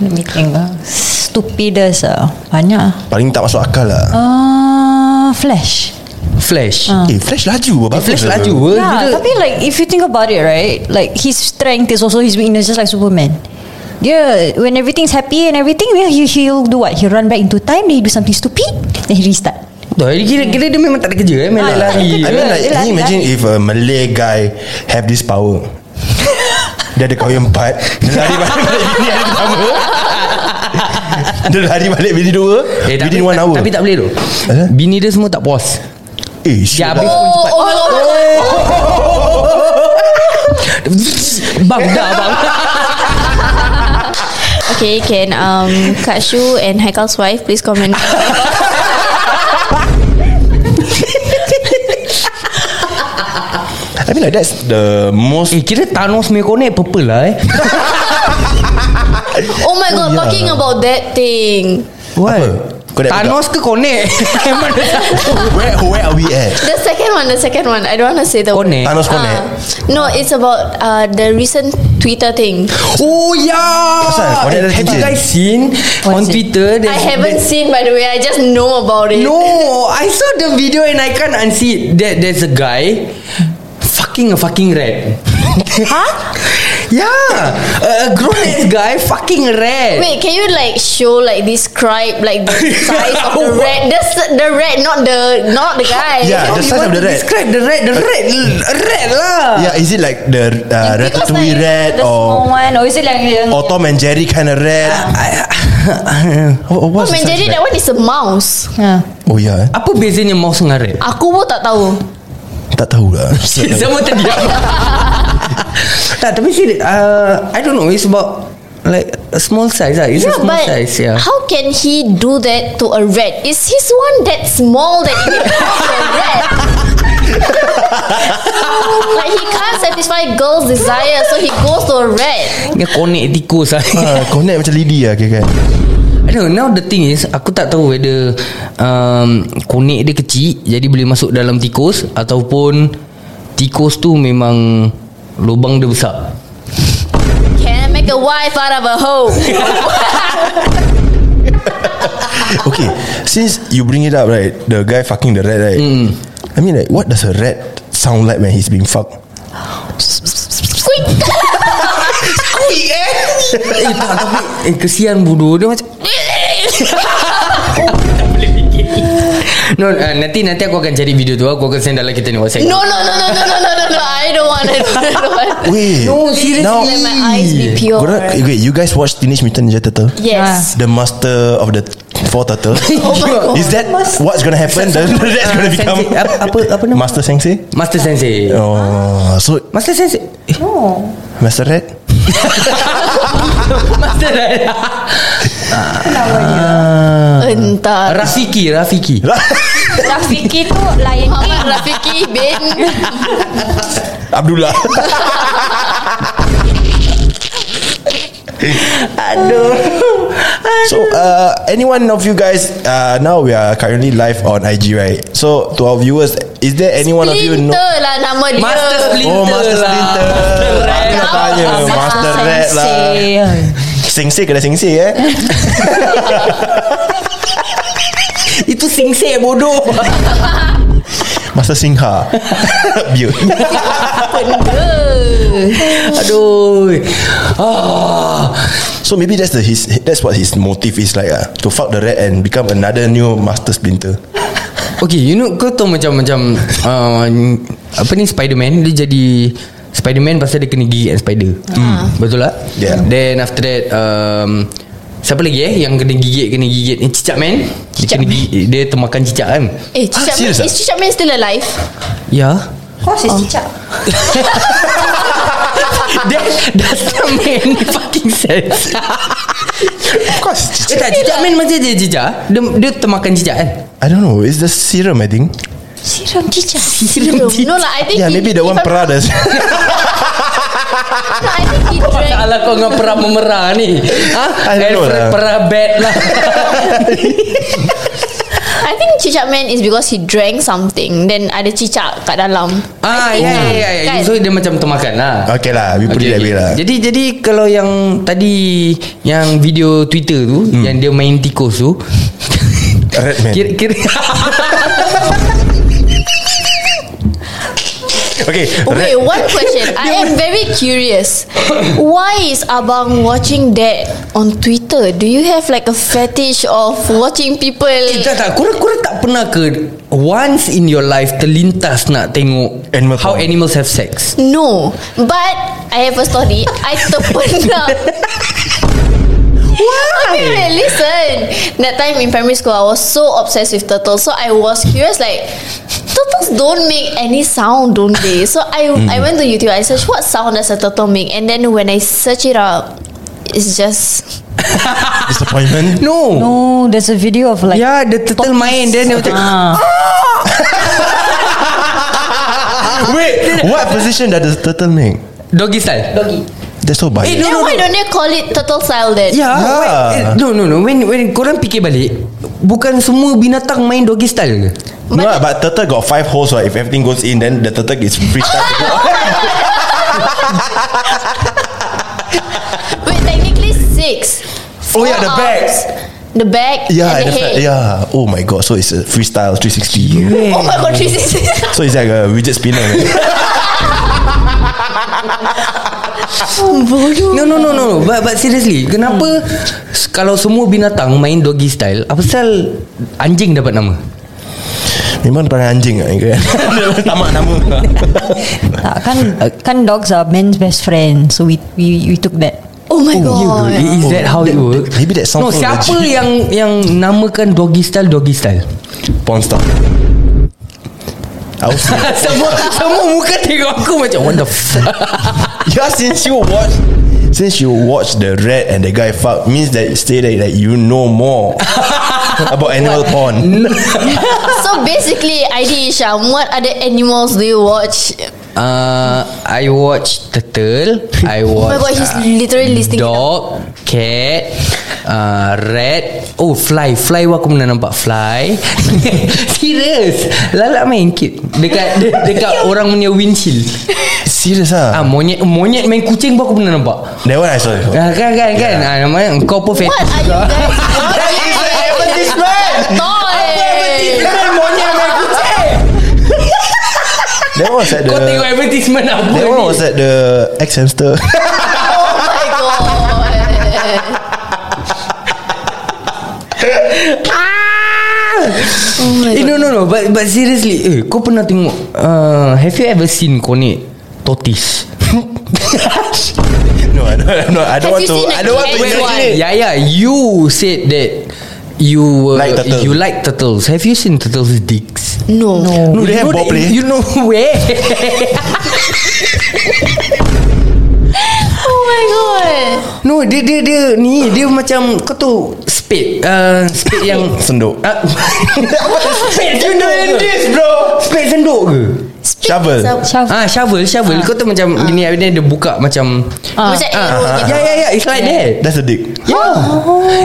[SPEAKER 6] Let me think. ah. Stupidest ah. Banyak.
[SPEAKER 2] Paling tak masuk akal lah.
[SPEAKER 6] Ah, flash.
[SPEAKER 1] Flash
[SPEAKER 2] Eh, Flash laju. apa?
[SPEAKER 1] Flash laju eh.
[SPEAKER 6] Yeah,
[SPEAKER 1] Kira-
[SPEAKER 6] Ya, tapi like if you think about it, right? Like his strength is also his weakness, just like Superman. Yeah, when everything's happy and everything, yeah, he, he'll do what? He'll run back into time, then he do something stupid, then he restart.
[SPEAKER 1] Betul, Kira, kira dia memang tak ada kerja eh, Melek
[SPEAKER 6] Ah, tak ada
[SPEAKER 1] lari
[SPEAKER 6] kerja.
[SPEAKER 2] I mean like Can
[SPEAKER 6] Dia
[SPEAKER 2] you
[SPEAKER 6] lari,
[SPEAKER 2] imagine
[SPEAKER 6] lari.
[SPEAKER 2] if a Malay guy Have this power Dia ada kawan empat Dia lari balik Bini ada pertama Dia lari balik bini dua
[SPEAKER 1] Eh, tapi,
[SPEAKER 2] Within one hour
[SPEAKER 1] Tapi tak boleh tu
[SPEAKER 2] Eh?
[SPEAKER 1] Bini dia semua tak puas
[SPEAKER 2] Eh
[SPEAKER 1] Dia
[SPEAKER 2] siap
[SPEAKER 1] habis
[SPEAKER 2] lah
[SPEAKER 1] pun cepat
[SPEAKER 3] Oh, oh, oh, oh.
[SPEAKER 1] Bang dah bang
[SPEAKER 3] Okay can um, Kak Shu and Haikal's wife Please comment
[SPEAKER 2] I mean like that's the most
[SPEAKER 1] Eh kira Thanos punya konek purple lah eh
[SPEAKER 3] Oh my god Talking about that thing
[SPEAKER 2] What? Kau nak
[SPEAKER 1] Thanos ke konek Mana satu
[SPEAKER 2] Where, where are we at?
[SPEAKER 3] The second one The second one I don't want to say the
[SPEAKER 1] Konek
[SPEAKER 2] Thanos connect
[SPEAKER 3] Ah. no, it's about uh, the recent Twitter thing.
[SPEAKER 1] Oh ya
[SPEAKER 2] Pasal konek dah
[SPEAKER 1] Have you
[SPEAKER 2] kerja.
[SPEAKER 1] guys seen
[SPEAKER 6] What's
[SPEAKER 1] On
[SPEAKER 6] it?
[SPEAKER 1] Twitter
[SPEAKER 3] I haven't seen, by the way. I just know about it.
[SPEAKER 1] No I saw the video And I can't unsee it There, There's a guy Fucking a fucking rat Huh? yeah A, a grown ass guy Fucking a rat
[SPEAKER 3] Wait, can you like show like describe like the size of the rat? That's the rat, not the not the guy.
[SPEAKER 2] Yeah, the
[SPEAKER 1] You
[SPEAKER 2] size of
[SPEAKER 1] want
[SPEAKER 2] the
[SPEAKER 1] to
[SPEAKER 2] rat.
[SPEAKER 1] Describe the rat The rat a Rat lah
[SPEAKER 2] Yeah, is it like the uh,
[SPEAKER 6] Because
[SPEAKER 2] Ratatouille
[SPEAKER 6] like
[SPEAKER 2] rat
[SPEAKER 6] the small
[SPEAKER 2] or
[SPEAKER 6] one, or is it like
[SPEAKER 2] or Tom and Jerry kind of rat?
[SPEAKER 1] I,
[SPEAKER 2] What-
[SPEAKER 3] Oh,
[SPEAKER 2] what's the
[SPEAKER 3] menjadi
[SPEAKER 2] suspect?
[SPEAKER 3] that one is a mouse.
[SPEAKER 6] Yeah.
[SPEAKER 2] Oh ya eh.
[SPEAKER 1] Apa bezanya mouse ngaret?
[SPEAKER 3] Aku pun tak tahu.
[SPEAKER 2] Tak tahulah
[SPEAKER 1] Semua terdiam Tak tapi see uh, I don't know It's about Like a small size lah. It's a
[SPEAKER 3] Yeah,
[SPEAKER 1] small
[SPEAKER 3] but
[SPEAKER 1] size yeah.
[SPEAKER 3] how can he do that to a rat? Is his one that small that he can cross a rat? like he can't satisfy girls' desire, so he goes to a rat.
[SPEAKER 1] Dia connect tikus lah
[SPEAKER 2] Ah, Connect macam lidi lah kira kan
[SPEAKER 1] I don't know Now the thing is Aku tak tahu whether um, Konek dia kecil Jadi boleh masuk dalam tikus Ataupun Tikus tu memang Lubang dia besar
[SPEAKER 3] Can I make a wife out of a hoe?
[SPEAKER 2] Okay Since you bring it up right The guy fucking the rat right I mean like What does a rat Sound like when he's being fucked
[SPEAKER 1] Eh tak tapi Eh kesian bodoh Dia macam No, uh, nanti nanti aku akan cari video tu Aku akan send dalam kita ni WhatsApp
[SPEAKER 3] No, no, no, no, no, no, no, no, no. I don't want it. I don't want it.
[SPEAKER 2] Wait
[SPEAKER 1] No, seriously,
[SPEAKER 3] let my eyes be pure.
[SPEAKER 2] Korang- Wait you guys watch Teenage Mutant Ninja Turtle
[SPEAKER 3] Yes.
[SPEAKER 2] The master of the Four turtle
[SPEAKER 6] Ah.
[SPEAKER 1] Oh my God.
[SPEAKER 2] Is that What's gonna happen The the rat's gonna
[SPEAKER 1] Sensei.
[SPEAKER 2] become
[SPEAKER 1] Apa- apa- apa nama?
[SPEAKER 2] Master Sensei
[SPEAKER 1] Master Sensei
[SPEAKER 2] Oh So
[SPEAKER 1] Master Sensei eh,
[SPEAKER 2] Master Rat
[SPEAKER 1] Master Uh-huh.
[SPEAKER 3] Entah.
[SPEAKER 1] Rafiki Rafiki
[SPEAKER 6] Rafiki tu Lion
[SPEAKER 3] Muhammad Rafiqi bin
[SPEAKER 2] Abdullah So uh, anyone of you guys uh, Now we are currently live on IG right So to our viewers Is there anyone of you know
[SPEAKER 3] Splinter lah nama dia.
[SPEAKER 1] Master Splinter
[SPEAKER 2] Oh Master
[SPEAKER 1] lah.
[SPEAKER 2] Splinter Aku nak tanya
[SPEAKER 6] Ah,
[SPEAKER 2] Master Rat lah Sing-sing kena sing-sing eh
[SPEAKER 1] Itu Sensei bodoh
[SPEAKER 2] Master Ha. Singha Biut
[SPEAKER 1] Aduh ah.
[SPEAKER 2] So maybe that's the his that's what his motive is like ah to fuck the rat and become another new master splinter.
[SPEAKER 1] Okay you know Kau tahu macam Macam uh, Apa ni Spiderman Dia jadi Spiderman pasal dia kena gigit dengan spider hmm. Betul tak?
[SPEAKER 2] Yeah.
[SPEAKER 1] Then after that um, Siapa lagi eh Yang kena gigit Kena gigit Ni Cicak Man Dia, kena gigit, dia termakan cicak kan
[SPEAKER 3] Eh, Cicak
[SPEAKER 2] Ah,
[SPEAKER 3] Man,
[SPEAKER 2] serious ah?
[SPEAKER 3] is Cicak Man still alive?
[SPEAKER 1] Ya yeah.
[SPEAKER 6] Horse is cicak
[SPEAKER 1] That doesn't make any fucking sense
[SPEAKER 2] Of course.
[SPEAKER 1] Eh tak cicak man macam dia cicak Dia, dia termakan cicak kan
[SPEAKER 2] I don't know. It's the serum I think.
[SPEAKER 6] Siram cicak
[SPEAKER 1] Serum
[SPEAKER 3] No lah, I think
[SPEAKER 2] Yeah,
[SPEAKER 3] he,
[SPEAKER 2] maybe the
[SPEAKER 3] if
[SPEAKER 2] one
[SPEAKER 3] I'm-
[SPEAKER 2] Prada.
[SPEAKER 3] No, I think he drank
[SPEAKER 1] Salah lah, kau dengan perah memerah ni Ha?
[SPEAKER 2] I don't know lah.
[SPEAKER 1] Perah bad lah
[SPEAKER 3] I think cicak man is because he drank something then ada cicak kat dalam.
[SPEAKER 1] Ah ya ya ya, ya.
[SPEAKER 3] Kan?
[SPEAKER 1] So dia macam termakan lah
[SPEAKER 2] Okay lah, we put it
[SPEAKER 1] Okay,
[SPEAKER 2] that way
[SPEAKER 1] okay.
[SPEAKER 2] lah.
[SPEAKER 1] Jadi jadi kalau yang tadi yang video Twitter tu hmm. yang dia main tikus tu
[SPEAKER 2] Rat man.
[SPEAKER 1] kira kira
[SPEAKER 2] Okay. Rat.
[SPEAKER 3] Wait, one question. I am very curious. Why is Abang watching that on Twitter? Do you have like a fetish of watching people?
[SPEAKER 1] eh, tak tak kurang kurang tak pernah ke once in your life terlintas nak tengok
[SPEAKER 2] Animal
[SPEAKER 1] how
[SPEAKER 2] farm.
[SPEAKER 1] animals have sex.
[SPEAKER 3] No, but I have a story. I terpenam. Why? Okay, wait, listen. That time in primary school, I was so obsessed with turtles. So I was curious, like, turtles don't make any sound, don't they? So I
[SPEAKER 2] Hmm.
[SPEAKER 3] I went to YouTube. I searched what sound does a turtle make, and then when I search it up, it's just
[SPEAKER 2] Disappointment.
[SPEAKER 1] No. no.
[SPEAKER 6] No There's a video of like
[SPEAKER 1] Ya, the turtle main then dia macam
[SPEAKER 6] Ah.
[SPEAKER 1] Ah.
[SPEAKER 2] Wait. What position does the turtle make?
[SPEAKER 1] doggy style. Doggy.
[SPEAKER 2] That's so
[SPEAKER 1] Eh,
[SPEAKER 2] biased.
[SPEAKER 1] no,
[SPEAKER 3] then
[SPEAKER 1] no,
[SPEAKER 3] why
[SPEAKER 1] no.
[SPEAKER 3] don't they call it turtle style then?
[SPEAKER 1] Ya,
[SPEAKER 2] Ya.
[SPEAKER 1] wait, eh, no no no. When when korang fikir balik, bukan semua binatang main doggy style ke?
[SPEAKER 2] No, lah, but turtle got five holes. Right? If everything goes in, then the turtle is free time to go.
[SPEAKER 3] Wait, technically six.
[SPEAKER 2] Oh, yeah, the back.
[SPEAKER 3] The back.
[SPEAKER 2] Yeah,
[SPEAKER 3] and the
[SPEAKER 2] and the
[SPEAKER 3] head.
[SPEAKER 2] fact- yeah. Oh my god. So it's a freestyle 360.
[SPEAKER 3] Oh my god, 360.
[SPEAKER 2] So it's like a widget spinner. right?
[SPEAKER 1] No no no no no. But, but seriously Kenapa
[SPEAKER 2] Hmm.
[SPEAKER 1] s- Kalau semua binatang Main doggy style Apa pasal Anjing dapat nama
[SPEAKER 2] Memang perangai anjing ah, lah kan. Tamak nama.
[SPEAKER 6] Tak, kan, kan dogs are men's best friend So we we, we took that
[SPEAKER 3] Oh my god.
[SPEAKER 1] Is is that how it
[SPEAKER 2] that-
[SPEAKER 1] works?
[SPEAKER 2] ya Oh, maybe that sounds
[SPEAKER 1] No,
[SPEAKER 2] so
[SPEAKER 1] siapa
[SPEAKER 2] legit.
[SPEAKER 1] yang yang namakan doggy style doggy style?
[SPEAKER 2] Porn star I was
[SPEAKER 1] semua semua muka tengok aku macam what the fuck.
[SPEAKER 2] Yeah, since you watch, since you watch the red and the guy fuck means that you stay there that you know more about animal porn.
[SPEAKER 3] So basically, ID Isham, what other animals do you watch?
[SPEAKER 1] Uh, I watch turtle. I
[SPEAKER 3] Oh my
[SPEAKER 1] watch uh,
[SPEAKER 3] god, he's
[SPEAKER 2] uh,
[SPEAKER 3] literally listening. it now.
[SPEAKER 1] dog, cat, uh, rat. Oh, fly. Fly pun aku pernah nampak fly. Serious. Lala main kid. Dekat de, dekat orang punya windshield.
[SPEAKER 2] Serious
[SPEAKER 1] Ah,
[SPEAKER 2] ah.
[SPEAKER 1] monyet monyet main kucing pun aku pernah nampak.
[SPEAKER 2] That one I saw.
[SPEAKER 1] Ah, kan kan kan. Ah, namanya kau pun fet.
[SPEAKER 3] What are you guys? Oh
[SPEAKER 2] advertisement.
[SPEAKER 3] Toy.
[SPEAKER 2] monyet main kucing. That one was at the.
[SPEAKER 1] Kau tengok advertisement apa
[SPEAKER 2] That one
[SPEAKER 1] ni?
[SPEAKER 2] was at the X hamster.
[SPEAKER 3] My god. Oh
[SPEAKER 1] Eh, no no no But but seriously eh, Kau pernah tengok uh, Have you ever seen kau ni Tortoise
[SPEAKER 2] no, I don't, no, I don't
[SPEAKER 3] Have
[SPEAKER 2] want
[SPEAKER 3] you
[SPEAKER 2] to.
[SPEAKER 3] seen
[SPEAKER 2] I
[SPEAKER 3] an
[SPEAKER 2] don't want to
[SPEAKER 3] egg
[SPEAKER 2] imagine
[SPEAKER 3] one?
[SPEAKER 2] it.
[SPEAKER 1] Yeah yeah You said that You were,
[SPEAKER 2] Like turtle.
[SPEAKER 1] You like turtles Have you seen turtles dicks
[SPEAKER 3] No. No.
[SPEAKER 2] Do
[SPEAKER 1] You
[SPEAKER 2] they have
[SPEAKER 1] know
[SPEAKER 2] ball
[SPEAKER 1] that-
[SPEAKER 2] play?
[SPEAKER 1] You know where
[SPEAKER 3] Oh my god.
[SPEAKER 1] No dia dia dia Ni dia macam Kau tu Spade uh, Spade yang
[SPEAKER 2] Senduk.
[SPEAKER 1] Ah, Spade senduk ke?
[SPEAKER 2] bro.
[SPEAKER 1] Spade senduk ke
[SPEAKER 2] Shovel.
[SPEAKER 6] Shaf-
[SPEAKER 1] Ah shovel shovel Kau tu macam Gini habis dia buka macam
[SPEAKER 6] Ah.
[SPEAKER 3] Macam
[SPEAKER 1] Ah,
[SPEAKER 3] arrow gitu.
[SPEAKER 1] yeah, yeah, yeah. Oh. It's like that.
[SPEAKER 2] That's a dick.
[SPEAKER 1] Yeah.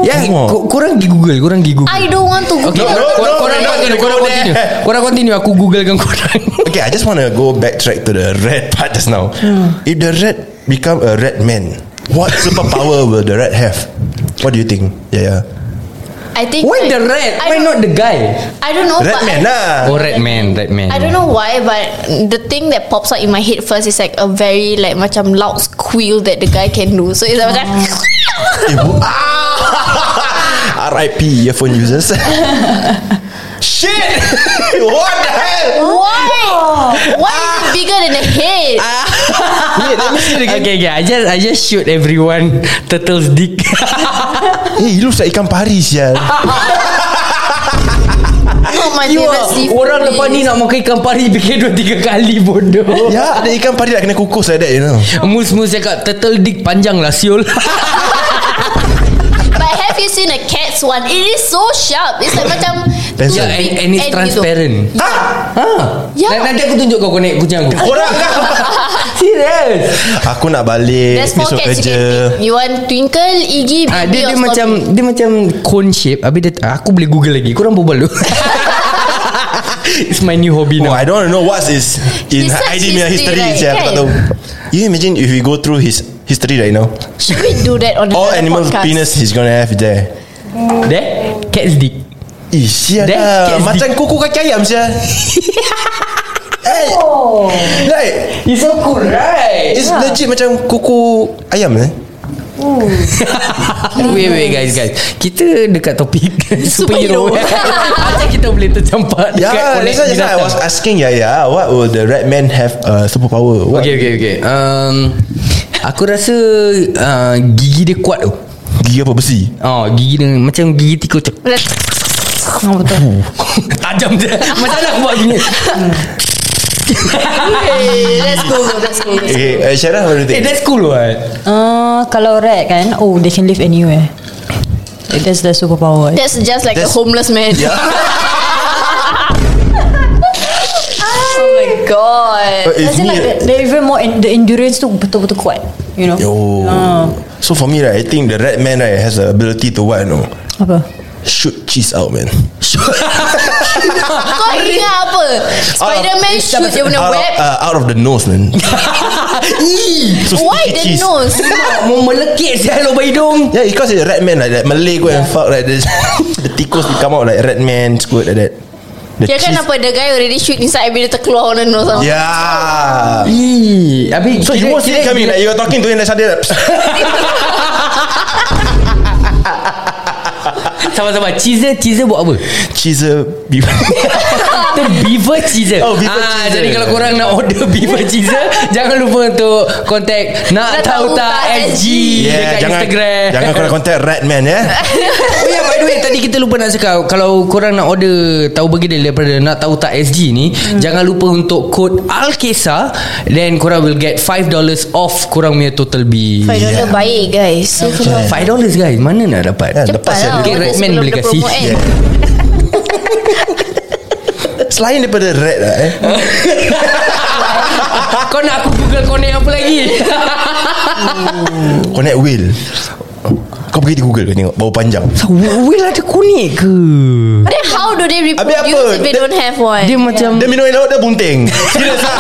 [SPEAKER 1] Yeah,
[SPEAKER 2] Tengok.
[SPEAKER 1] ko- korang pergi Google, korang pergi Google.
[SPEAKER 3] I don't want to go.
[SPEAKER 1] Okay,
[SPEAKER 2] No, no,
[SPEAKER 1] kor-
[SPEAKER 2] no,
[SPEAKER 1] korang
[SPEAKER 2] no, no,
[SPEAKER 1] continue,
[SPEAKER 2] no,
[SPEAKER 1] korang
[SPEAKER 2] no,
[SPEAKER 1] continue.
[SPEAKER 2] no.
[SPEAKER 1] Korang continue, aku googlekan korang.
[SPEAKER 2] Okay, I just want to go backtrack to the red part just now.
[SPEAKER 3] Hmm.
[SPEAKER 2] If the red become a red man, what superpower will the red have? What do you think? Yeah, yeah.
[SPEAKER 3] I think.
[SPEAKER 1] Why
[SPEAKER 3] I-
[SPEAKER 1] the red?
[SPEAKER 3] I
[SPEAKER 1] Why
[SPEAKER 3] don't-
[SPEAKER 1] not the guy?
[SPEAKER 3] I don't know.
[SPEAKER 2] red
[SPEAKER 3] but
[SPEAKER 2] man
[SPEAKER 3] I-
[SPEAKER 2] lah.
[SPEAKER 1] Oh, red man, red man.
[SPEAKER 3] I don't know why, but the thing that pops out in my head first is like a very like macam loud squeal that the guy can do. So it's
[SPEAKER 1] Ah.
[SPEAKER 3] like macam
[SPEAKER 2] Eh, wo- Ah! R.I.P. earphone users. Shit! what the hell?
[SPEAKER 3] why? Why is it bigger than the head?
[SPEAKER 1] Okay, okay. I just, I just shoot everyone turtle's dick.
[SPEAKER 2] Hey, he looks like ikan pari sial.
[SPEAKER 3] Not my
[SPEAKER 1] You
[SPEAKER 3] favorite
[SPEAKER 1] are-
[SPEAKER 3] seafood.
[SPEAKER 1] Orang lepas ni nak makan ikan pari fikir dua tiga kali bodoh.
[SPEAKER 2] ya, ada ikan pari nak kena kukus like that, you know.
[SPEAKER 1] Mus-mus cakap turtle dick panjang lah siul.
[SPEAKER 3] But have you seen a cat's one? It is so sharp. It's like macam
[SPEAKER 2] That's
[SPEAKER 3] too
[SPEAKER 2] right.
[SPEAKER 1] and,
[SPEAKER 3] big
[SPEAKER 1] and it's
[SPEAKER 3] gitu.
[SPEAKER 1] transparent.
[SPEAKER 2] Ah!
[SPEAKER 1] Ha?
[SPEAKER 3] Ya.
[SPEAKER 1] Nanti- Nanti aku tunjuk kau konek kucing aku.
[SPEAKER 2] Orang
[SPEAKER 3] lah.
[SPEAKER 2] kan?
[SPEAKER 1] Serius.
[SPEAKER 2] Aku nak balik
[SPEAKER 3] There's four
[SPEAKER 2] Besok
[SPEAKER 3] cats you
[SPEAKER 2] kerja
[SPEAKER 3] can pick. You want twinkle, Iggy,
[SPEAKER 1] Ah,
[SPEAKER 3] Baby
[SPEAKER 1] dia dia
[SPEAKER 3] or
[SPEAKER 1] macam
[SPEAKER 3] Scorpio?
[SPEAKER 1] dia macam cone shape. Habis dia ah, aku boleh Google lagi. Korang berbual dulu. It's my new hobby
[SPEAKER 2] Oh,
[SPEAKER 1] now.
[SPEAKER 2] I don't know what is in
[SPEAKER 3] His search
[SPEAKER 2] ID punya history
[SPEAKER 3] history, right?
[SPEAKER 2] saya tak
[SPEAKER 3] Kan?
[SPEAKER 2] tahu. You imagine if we go through his history right now,
[SPEAKER 3] Should we do that on
[SPEAKER 2] all
[SPEAKER 3] another
[SPEAKER 2] animal
[SPEAKER 3] podcast?
[SPEAKER 2] penis he's gonna have there.
[SPEAKER 1] There cat's dick.
[SPEAKER 2] Ih, sia
[SPEAKER 1] That
[SPEAKER 2] dah.
[SPEAKER 1] cat's
[SPEAKER 2] Macam kuku kaki ayam sia. Eh,
[SPEAKER 3] Oh.
[SPEAKER 2] like
[SPEAKER 1] It's so cool, right?
[SPEAKER 2] it's legit macam kuku ayam eh.
[SPEAKER 1] wait, wait guys, guys. Kita dekat topik superhero. Ya, Macam kita boleh tercampak dekat
[SPEAKER 2] Yeah,
[SPEAKER 1] konek
[SPEAKER 2] that's why just now I
[SPEAKER 1] binatang.
[SPEAKER 2] was asking yeah yeah, what will the red man have a superpower? What?
[SPEAKER 1] Okay, okay, okay. Um, aku rasa uh, gigi dia kuat tu.
[SPEAKER 2] Gigi apa besi?
[SPEAKER 1] Oh, gigi dia macam gigi tikus tu.
[SPEAKER 6] Ah, betul.
[SPEAKER 1] Tajam je. Macam mana aku buat gini?
[SPEAKER 3] Hey, let's go, let's go. Let's go.
[SPEAKER 2] Okay, uh, Syarah what do you think?
[SPEAKER 1] Eh, that's cool, right?
[SPEAKER 6] Ah, kalau rat kan, oh they can live anywhere. That's their superpower.
[SPEAKER 3] That's just like
[SPEAKER 2] That's-
[SPEAKER 3] a homeless man.
[SPEAKER 2] Yeah.
[SPEAKER 3] Oh my god.
[SPEAKER 2] Uh, if
[SPEAKER 6] As in
[SPEAKER 2] me-
[SPEAKER 6] like the, they're even more en- the endurance tu betul-betul kuat. You know.
[SPEAKER 2] Yo.
[SPEAKER 6] Ah.
[SPEAKER 2] So for me, right, I think the red man right has the ability to what? No,
[SPEAKER 6] Apa?
[SPEAKER 2] shoot cheese out, man.
[SPEAKER 1] Uh,
[SPEAKER 3] Kau ingat apa? Spider-Man shoot dia punya
[SPEAKER 2] out,
[SPEAKER 3] web.
[SPEAKER 2] Of, uh, out of the nose, man. so
[SPEAKER 3] Why
[SPEAKER 2] sticky cheese.
[SPEAKER 3] the nose?
[SPEAKER 1] Mau melekit saya lubang hidung.
[SPEAKER 2] Yeah, because the red man like that Malay go and fuck like this. the tikus will come out like red man, squid like that. The
[SPEAKER 3] Kira kan apa The guy already shoot inside Habis dia terkeluar on the nose
[SPEAKER 2] Yeah.
[SPEAKER 3] yeah.
[SPEAKER 1] Ih, abi
[SPEAKER 2] So you won't see it coming. Like you're talking to him, like suddenly, like,
[SPEAKER 1] Sama-sama. Cheese dia, cheese dia buat apa?
[SPEAKER 2] cheese. uh, be-
[SPEAKER 1] Kita beaver cheeser
[SPEAKER 2] Oh, beaver
[SPEAKER 1] Ah,
[SPEAKER 2] cheeser.
[SPEAKER 1] Jadi kalau korang nak order beaver cheeser Jangan lupa untuk Contact Nak
[SPEAKER 3] Nak
[SPEAKER 1] Tahu
[SPEAKER 3] Tahu
[SPEAKER 1] Tak
[SPEAKER 3] Tak
[SPEAKER 1] SG
[SPEAKER 2] Yeah,
[SPEAKER 1] Dekat
[SPEAKER 2] jangan,
[SPEAKER 1] Instagram
[SPEAKER 2] Jangan korang contact Redman ya.
[SPEAKER 1] Oh ya by the way Tadi kita lupa nak cakap Kalau korang nak order Tahu begedil daripada Nak tahu tak SG ni hmm. Jangan lupa untuk Kod Alkesa Then korang will get $5 off Korang punya total bill
[SPEAKER 3] Five dollar baik guys So kalau
[SPEAKER 1] $5 guys Mana nak
[SPEAKER 2] Yeah,
[SPEAKER 1] dapat
[SPEAKER 2] lepas
[SPEAKER 3] Cepat
[SPEAKER 2] ya,
[SPEAKER 3] lah
[SPEAKER 1] Okay,
[SPEAKER 3] order
[SPEAKER 1] Redman
[SPEAKER 3] sebelum
[SPEAKER 1] boleh
[SPEAKER 3] dia
[SPEAKER 1] kasih.
[SPEAKER 3] promote, kan?
[SPEAKER 2] Yeah. Selain daripada Red lah eh.
[SPEAKER 1] Kau nak aku google Kau nak apa lagi
[SPEAKER 2] Connect Will. Kau pergi di Google kau tengok Bau panjang
[SPEAKER 1] Will ada konek ke
[SPEAKER 3] Then how do they
[SPEAKER 2] Habis
[SPEAKER 3] reproduce
[SPEAKER 2] apa?
[SPEAKER 3] If they
[SPEAKER 2] Dia-
[SPEAKER 3] don't have one
[SPEAKER 1] Dia macam
[SPEAKER 2] Dia minum air laut Dia bunting Serius lah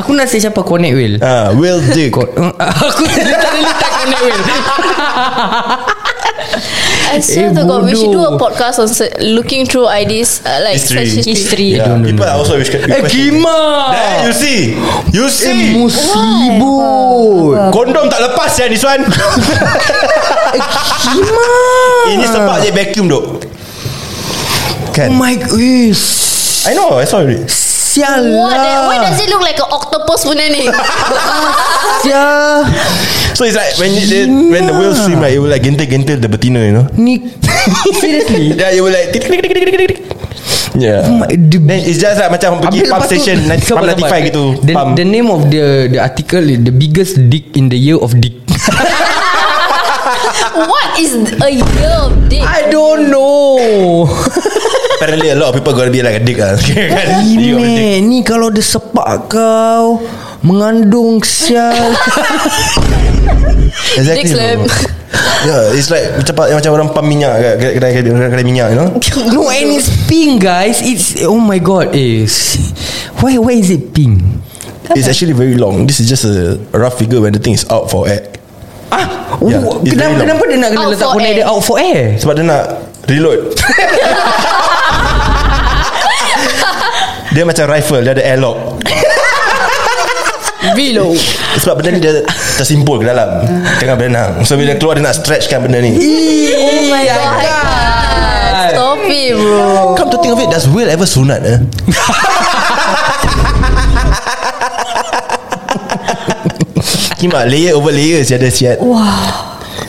[SPEAKER 1] Aku nak say siapa Connect Will
[SPEAKER 2] Ah, Will Dick
[SPEAKER 1] Ko- Aku tak letak Connect Will
[SPEAKER 3] I
[SPEAKER 1] Eh,
[SPEAKER 3] swear to God We should do a
[SPEAKER 1] bodoh.
[SPEAKER 3] podcast On se- looking through IDs uh, Like
[SPEAKER 2] History.
[SPEAKER 3] search history
[SPEAKER 6] History
[SPEAKER 2] yeah,
[SPEAKER 1] Eh, don't
[SPEAKER 2] Ya, People are also wish
[SPEAKER 1] Eh Kima
[SPEAKER 2] There you see You see
[SPEAKER 1] Musibut
[SPEAKER 2] Kondom tak lepas ya this one
[SPEAKER 1] Kima
[SPEAKER 2] Ini sebab je vacuum dok
[SPEAKER 1] Oh
[SPEAKER 2] Kan
[SPEAKER 1] my god
[SPEAKER 2] I know I saw it
[SPEAKER 1] Sial
[SPEAKER 3] What the, Why
[SPEAKER 1] lah
[SPEAKER 3] does it look like An octopus punya ni
[SPEAKER 1] Sial
[SPEAKER 2] So it's like When it, when the whale swim right It will like gentle-gentle The betina you know
[SPEAKER 1] Ni Eh, Seriously
[SPEAKER 2] Yeah it will like tick, tick, tick, tick, tick, tick, tick. Yeah
[SPEAKER 1] Oh my- the-
[SPEAKER 2] Then it's just like Macam pergi
[SPEAKER 1] Habis
[SPEAKER 2] pump
[SPEAKER 1] lepas tu-
[SPEAKER 2] station nanti- Pump
[SPEAKER 1] Sabar, sabar.
[SPEAKER 2] 95 gitu
[SPEAKER 1] the,
[SPEAKER 2] Pump
[SPEAKER 1] the name of the The article is The biggest dick in the year of dick
[SPEAKER 3] What is A year of dick
[SPEAKER 1] I don't know
[SPEAKER 2] Apparently a lot of people Gonna be like a dick lah Kan? You are a dick.
[SPEAKER 1] Ini Ni kalau dia sepak kau Mengandung sial
[SPEAKER 2] Exactly
[SPEAKER 3] Dick slap.
[SPEAKER 2] bro. Yeah it's like Macam, macam orang pump minyak kat Kedai, kedai, kedai, kedai minyak you know
[SPEAKER 1] No and it's pink guys It's Oh my god is Why why is it pink
[SPEAKER 2] It's actually very long This is just a rough figure When the thing is out for air
[SPEAKER 1] Ah,
[SPEAKER 2] Yeah,
[SPEAKER 1] oh,
[SPEAKER 2] it's
[SPEAKER 1] kenapa,
[SPEAKER 2] very long.
[SPEAKER 1] kenapa dia nak kena
[SPEAKER 3] Out
[SPEAKER 1] letak
[SPEAKER 3] for
[SPEAKER 1] konek
[SPEAKER 3] air.
[SPEAKER 1] dia out for air?
[SPEAKER 2] Sebab dia nak reload Dia macam rifle Dia ada airlock
[SPEAKER 1] Below.
[SPEAKER 2] Sebab benda ni dia tersimpul ke dalam Tengah berenang So bila keluar dia nak stretchkan benda ni
[SPEAKER 1] oh my
[SPEAKER 3] Ah, Stop it bro
[SPEAKER 2] Come to think of it Does Will ever sunat eh? Kimak layer over layer Siada siat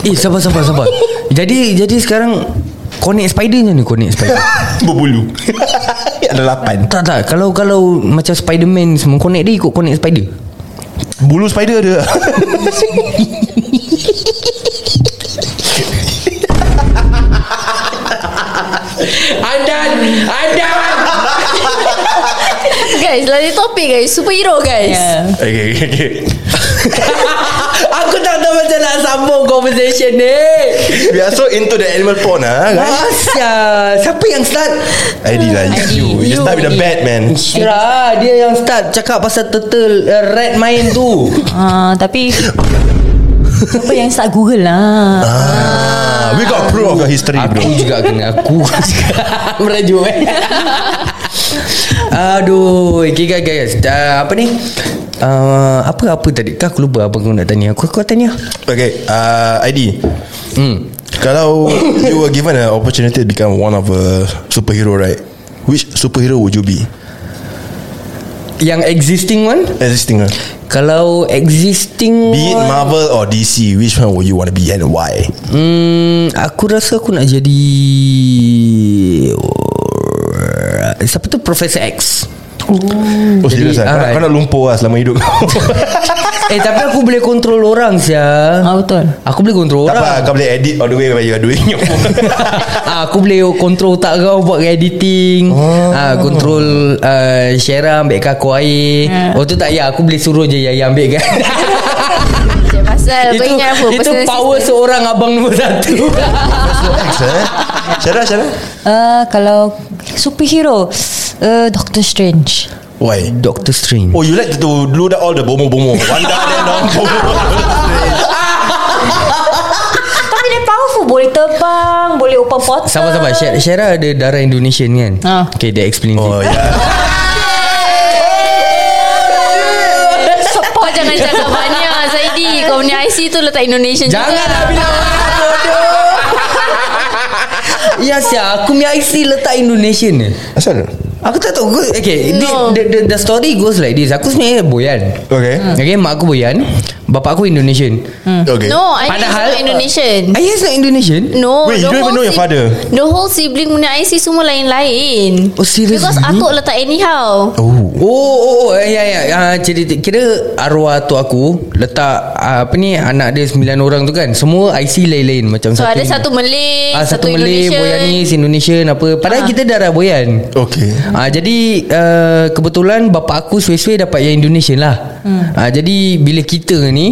[SPEAKER 1] Eh, sabar sabar sabar. jadi jadi sekarang konek spider macam ni konek spider.
[SPEAKER 2] Berbulu Ada lapan
[SPEAKER 1] tak tak, kalau kalau macam Spiderman semua konek dia ikut konek spider.
[SPEAKER 2] Bulu spider ada
[SPEAKER 1] Adan, Adan.
[SPEAKER 3] Guys lain topik guys Superhero guys
[SPEAKER 6] Yeah.
[SPEAKER 2] Okay okay okay
[SPEAKER 1] Aku tak tahu macam nak sambung conversation ni.
[SPEAKER 2] We are so into the animal porn ah, guys
[SPEAKER 1] Masya Siapa yang start
[SPEAKER 2] ID lah it's
[SPEAKER 6] ID,
[SPEAKER 2] you You
[SPEAKER 6] you,
[SPEAKER 2] start with the
[SPEAKER 6] ID.
[SPEAKER 2] bad man
[SPEAKER 1] Syirah Dia yang start Cakap pasal turtle uh, Red main tu
[SPEAKER 6] Ah, Tapi Siapa yang start Google lah
[SPEAKER 2] ah, We got proof of your history
[SPEAKER 1] Eh, Aku
[SPEAKER 2] bro
[SPEAKER 1] juga kena Aku juga Merajuk eh Aduh Okay guys guys uh, Apa ni uh, Apa apa tadi Kau aku lupa Apa aku nak tanya Aku kau tanya
[SPEAKER 2] Okay uh, ID
[SPEAKER 1] Hmm
[SPEAKER 2] Kalau you were given an opportunity to become one of a superhero, right? Which superhero would you be?
[SPEAKER 1] Yang existing one
[SPEAKER 2] Existing, uh,
[SPEAKER 1] Kalau existing
[SPEAKER 2] be it
[SPEAKER 1] one,
[SPEAKER 2] Marvel or DC, which one would you want to be and why?
[SPEAKER 1] Hmm, aku rasa aku nak jadi Siapa tu Professor X
[SPEAKER 2] Oh
[SPEAKER 1] Jadi,
[SPEAKER 2] serius lah kau, nak-
[SPEAKER 1] alright.
[SPEAKER 2] kau nak lumpur lah selama hidup kau
[SPEAKER 1] Eh tapi aku boleh kontrol orang sia
[SPEAKER 6] Ah, Betul
[SPEAKER 1] Aku boleh kontrol
[SPEAKER 2] Tak apa ah,
[SPEAKER 1] orang
[SPEAKER 2] kau boleh edit all the way When you are doing your phone
[SPEAKER 1] ah, Aku boleh kontrol otak kau Buat editing oh. ah, Kontrol uh, Syara ambil kaku air yeah. Oh tu tak ya Aku boleh suruh je Yaya ambil kan
[SPEAKER 3] Macam Pasal
[SPEAKER 1] Itu,
[SPEAKER 3] Kau ingat apa
[SPEAKER 1] itu
[SPEAKER 3] Personal
[SPEAKER 1] power
[SPEAKER 3] assistant.
[SPEAKER 1] seorang abang nombor satu
[SPEAKER 2] Syara Syara
[SPEAKER 6] Ah, Kalau Superhero uh, Doctor Strange
[SPEAKER 2] Why?
[SPEAKER 1] Doctor Strange
[SPEAKER 2] Oh you like to do, do that all the bomo-bomo Wanda then down
[SPEAKER 6] Tapi dia powerful Boleh terbang Boleh open portal
[SPEAKER 1] Sabar-sabar Syara, Syara ada darah Indonesian kan
[SPEAKER 6] Ah.
[SPEAKER 1] Okay that explains
[SPEAKER 2] Oh
[SPEAKER 1] it
[SPEAKER 2] yeah
[SPEAKER 3] Kau jangan cakap banyak Zaidi Kau
[SPEAKER 1] lah,
[SPEAKER 3] punya IC tu letak Indonesian
[SPEAKER 1] Jangan
[SPEAKER 3] juga
[SPEAKER 1] lah bila orang bodoh Ya sia Aku punya IC letak Indonesian ni
[SPEAKER 2] Asal
[SPEAKER 1] Aku tak tahu aku, Okay
[SPEAKER 3] No.
[SPEAKER 1] the, the, the, the story goes like this Aku sebenarnya Boyan
[SPEAKER 2] Okay.
[SPEAKER 3] Hmm.
[SPEAKER 1] Okay mak aku Boyan Bapak aku Indonesian
[SPEAKER 2] Okay
[SPEAKER 3] No, I think it's
[SPEAKER 1] Padahal-
[SPEAKER 3] Hmm. not Indonesian.
[SPEAKER 1] Ayah is not Indonesian
[SPEAKER 3] No,
[SPEAKER 2] Wait, you
[SPEAKER 3] the
[SPEAKER 2] don't even
[SPEAKER 3] whole
[SPEAKER 2] know your
[SPEAKER 3] sib-
[SPEAKER 2] father?
[SPEAKER 3] The whole sibling punya IC semua lain-lain.
[SPEAKER 1] Oh, seriously?
[SPEAKER 3] Because aku letak anyhow.
[SPEAKER 1] Oh oh, oh eh, ya ya uh, jadi t- kira arwah tu aku letak uh, apa ni anak dia 9 orang tu kan semua IC lain-lain macam
[SPEAKER 3] So
[SPEAKER 1] satu
[SPEAKER 3] ada satu Malay,
[SPEAKER 1] Ah, satu, satu Malay,
[SPEAKER 3] Indonesian. Ah.
[SPEAKER 1] Boyanis, Indonesian apa. Padahal kita darah Boyan.
[SPEAKER 2] Okay
[SPEAKER 1] Ah jadi uh, kebetulan bapa aku suwe-suwe dapat yang Indonesian lah. Hmm. Ah jadi bila kita ni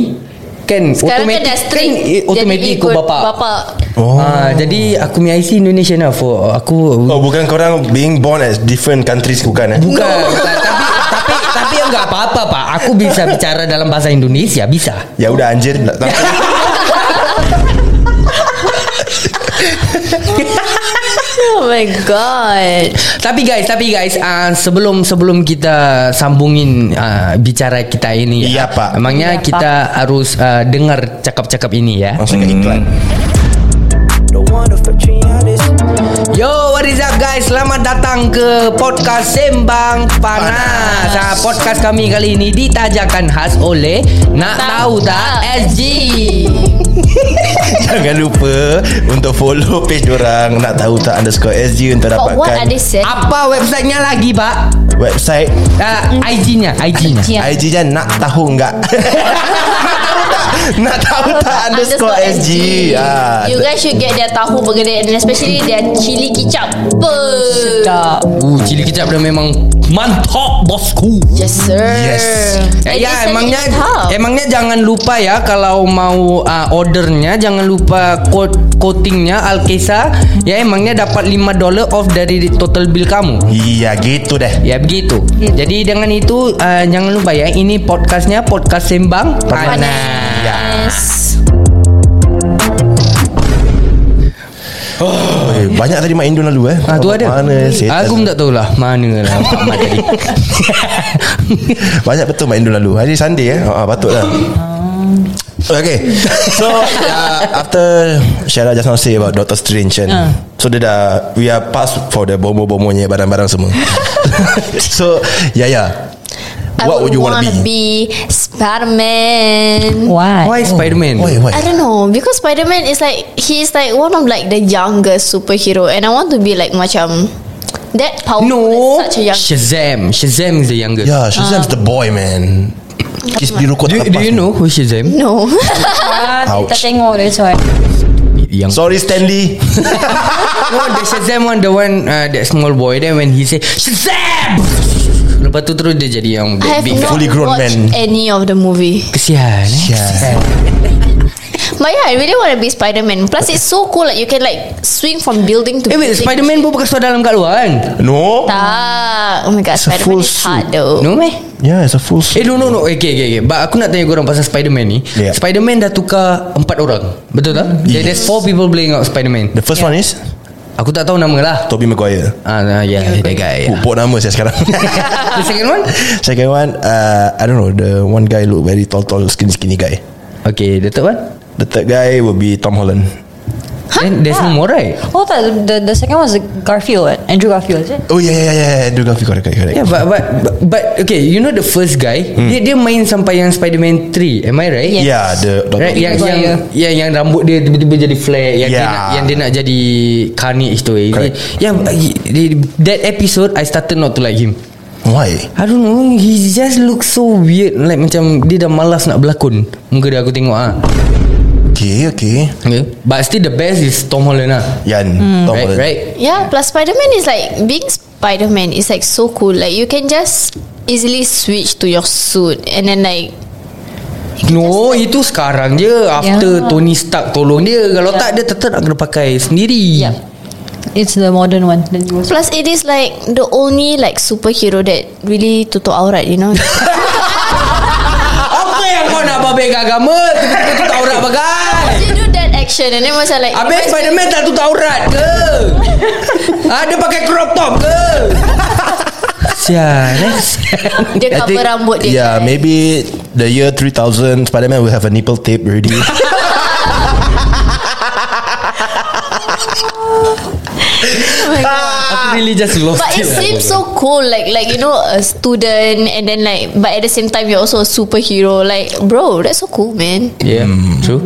[SPEAKER 1] kan
[SPEAKER 3] Sekarang kan
[SPEAKER 1] automatic
[SPEAKER 3] dah strict.
[SPEAKER 1] kan, eh, automatic
[SPEAKER 3] Jadi
[SPEAKER 1] ikut
[SPEAKER 3] ikut
[SPEAKER 1] bapa.
[SPEAKER 3] bapa.
[SPEAKER 1] Oh. Ah jadi aku punya IC Indonesian lah for aku
[SPEAKER 2] Oh bukan korang Being born at different countries Bukan eh
[SPEAKER 1] bukan tak, tapi tapi tapi enggak apa-apa pak. Aku bisa bicara dalam bahasa Indonesia bisa.
[SPEAKER 2] Ya udah anjir tak tahu.
[SPEAKER 3] Oh my god.
[SPEAKER 1] Tapi guys, tapi guys, uh, sebelum sebelum kita sambungin uh, bicara kita ini, ah,
[SPEAKER 2] Iya, Pak.
[SPEAKER 1] Emangnya kita harus uh, dengar cakap-cakap ini ya.
[SPEAKER 2] Langsung ke iklan
[SPEAKER 1] Yo, what is up guys? Selamat datang ke podcast Sembang Panas.
[SPEAKER 2] Panas.
[SPEAKER 1] Nah, podcast kami kali ini ditajakan khas oleh Nak Tahu Tak SG.
[SPEAKER 2] Jangan lupa Untuk follow page orang Nak tahu tak underscore SG Untuk
[SPEAKER 3] But what
[SPEAKER 2] dapatkan
[SPEAKER 3] are they saying?
[SPEAKER 1] Apa websitenya lagi, Pak?
[SPEAKER 2] Website
[SPEAKER 1] Uh, IG-nya, IG-nya.
[SPEAKER 3] Yeah.
[SPEAKER 2] IG nya nak tahu enggak Nak tahu tak Underscore SG Ah,
[SPEAKER 3] You guys should get their tahu bergedek and especially their cili kicap. Sedap.
[SPEAKER 1] Uh, cili kicap dia memang mantap, bosku.
[SPEAKER 3] Yes sir.
[SPEAKER 2] Yes.
[SPEAKER 1] Eh,
[SPEAKER 3] And
[SPEAKER 1] ya
[SPEAKER 3] they
[SPEAKER 1] emangnya
[SPEAKER 3] sell it half.
[SPEAKER 1] emangnya jangan lupa ya kalau mau uh, ordernya jangan lupa code coatingnya Alkesa ya emangnya dapat 5 dolar off dari total bill kamu.
[SPEAKER 2] Iya gitu deh
[SPEAKER 1] Ya begitu. Jadi dengan itu uh, jangan lupa ya ini podcastnya podcast sembang panas.
[SPEAKER 3] Yes.
[SPEAKER 2] Oi, Banyak tadi mak Indon lalu eh
[SPEAKER 1] Ah tu ada.
[SPEAKER 2] Mana setan
[SPEAKER 1] Aku pun tak tahulah mana lah Pak Ahmad tadi.
[SPEAKER 2] Banyak betul Mak Indul lalu Hari Sunday eh ha, Patutlah
[SPEAKER 1] Ah.
[SPEAKER 2] Okay So uh, After Syara just now say about Doctor Strange kan
[SPEAKER 1] Ah.
[SPEAKER 2] uh. So dia dah We are past For the bomo-bomonya Barang-barang semua So Ya ya
[SPEAKER 3] I
[SPEAKER 2] What would you want
[SPEAKER 3] wanna
[SPEAKER 2] to be?
[SPEAKER 3] be? Spider-Man.
[SPEAKER 6] Why?
[SPEAKER 1] Why Spiderman?
[SPEAKER 2] Hmm. Why why?
[SPEAKER 3] I don't know because Spider-Man is like he is like one of like the youngest superhero and I want to be like macam that powerful
[SPEAKER 1] No.
[SPEAKER 3] is Oh, such a young
[SPEAKER 1] Shazam. Shazam is the youngest.
[SPEAKER 2] Yeah Shazam's
[SPEAKER 3] Ah.
[SPEAKER 2] the boy man Kis biru kau
[SPEAKER 1] Do,
[SPEAKER 2] tak
[SPEAKER 1] do
[SPEAKER 2] lepas
[SPEAKER 1] you
[SPEAKER 2] ni.
[SPEAKER 1] know who Shazam?
[SPEAKER 3] no
[SPEAKER 6] Ah, kita
[SPEAKER 2] Ouch.
[SPEAKER 6] tengok that's why.
[SPEAKER 2] Hmm.
[SPEAKER 1] Yang
[SPEAKER 2] Sorry Stanley
[SPEAKER 1] No, the Shazam one, the one uh, that small boy then when he say Shazam. Lepas tu terus dia jadi yang
[SPEAKER 3] I have
[SPEAKER 1] big, big
[SPEAKER 3] not
[SPEAKER 2] fully grown
[SPEAKER 3] watched
[SPEAKER 2] man.
[SPEAKER 3] any of the movie
[SPEAKER 1] kesian. Eh?
[SPEAKER 2] Kesian.
[SPEAKER 3] but yeah I really want to be Spider-Man plus it's so cool like you can like swing from building to
[SPEAKER 1] Eh wait,
[SPEAKER 3] building
[SPEAKER 1] Spiderman pun pakai seluar dalam kat luar kan?
[SPEAKER 2] No
[SPEAKER 3] tak oh my god
[SPEAKER 2] It's a
[SPEAKER 3] Spider-Man
[SPEAKER 2] full
[SPEAKER 3] is hard
[SPEAKER 2] suit.
[SPEAKER 3] though
[SPEAKER 1] No meh?
[SPEAKER 2] Yeah it's a full suit
[SPEAKER 1] Eh no no no Okay okay okay But aku nak tanya korang Pasal Spiderman ni
[SPEAKER 2] Yeah.
[SPEAKER 1] Spiderman dah tukar Empat orang Betul tak? There- There's four people playing out Spiderman
[SPEAKER 2] The first one is
[SPEAKER 1] Aku tak tahu nama lah
[SPEAKER 2] Tobey Maguire
[SPEAKER 1] Ah, yeah, yeah, that guy
[SPEAKER 2] yeah.
[SPEAKER 1] yeah.
[SPEAKER 2] Buat nama saya sekarang
[SPEAKER 1] The second one
[SPEAKER 2] Second one uh, I don't know The one guy look very tall tall Skinny skinny guy
[SPEAKER 1] Okay the third one
[SPEAKER 2] The third guy will be Tom Holland
[SPEAKER 1] Then there's no more right
[SPEAKER 6] Oh, tak, the, the second was Garfield, right? Andrew Garfield, is it?
[SPEAKER 2] Oh yeah yeah yeah, yeah. Andrew Garfield correct correct, correct.
[SPEAKER 1] Yeah, but, but but but okay, you know the first guy, dia dia main sampai yang Spider-Man 3, am I right?
[SPEAKER 6] Yes.
[SPEAKER 2] Hmm. Yeah the Dr.
[SPEAKER 1] Right, yang yang,
[SPEAKER 6] Maguire.
[SPEAKER 1] yang yang rambut dia tiba-tiba jadi flat, yang dia
[SPEAKER 2] Yeah.
[SPEAKER 1] nak, yang dia nak jadi carnage tu. Eh.
[SPEAKER 2] Correct.
[SPEAKER 1] Yeah, but he- the- that episode I started not to like him.
[SPEAKER 2] Why?
[SPEAKER 1] I don't know, he just look so weird like macam dia dah malas nak berlakon. Muka dia aku tengok ah.
[SPEAKER 2] Okay okay
[SPEAKER 1] Okay. But still the best is Tom Holland ah.
[SPEAKER 2] Yan Ya.
[SPEAKER 3] Hmm.
[SPEAKER 2] Tom
[SPEAKER 1] Right,
[SPEAKER 2] Holland
[SPEAKER 1] right.
[SPEAKER 3] yeah plus Spider-Man is like being Spider-Man is like so cool like you can just easily switch to your suit and then like
[SPEAKER 1] No, itu sekarang je after
[SPEAKER 3] Ya.
[SPEAKER 6] Yeah.
[SPEAKER 1] Tony Stark tolong dia. Kalau tak dia tetap nak kena pakai sendiri.
[SPEAKER 3] Ya.
[SPEAKER 6] Yeah. It's the modern one. Then you was
[SPEAKER 3] Plus it is like the only like superhero that really tutup aurat, you know.
[SPEAKER 1] Apa yang kau nak babek agama Tiba-tiba tutup aurat bagai
[SPEAKER 3] you do that action and then macam like
[SPEAKER 1] Habis Spiderman tak tutup aurat ke ha, Dia pakai crop top ke Sian eh?
[SPEAKER 3] dia
[SPEAKER 1] I
[SPEAKER 3] cover
[SPEAKER 1] think-
[SPEAKER 3] rambut dia.
[SPEAKER 2] Yeah maybe The year 3000 Spider-Man will have a nipple tape already
[SPEAKER 1] Aku really just lost
[SPEAKER 3] Oh But it
[SPEAKER 1] lah.
[SPEAKER 3] seems so cool, like like you know a student, and then like but at the same time you're also a superhero. Like bro, that's so cool, man.
[SPEAKER 1] Yeah Ya,
[SPEAKER 2] Hmm.
[SPEAKER 1] True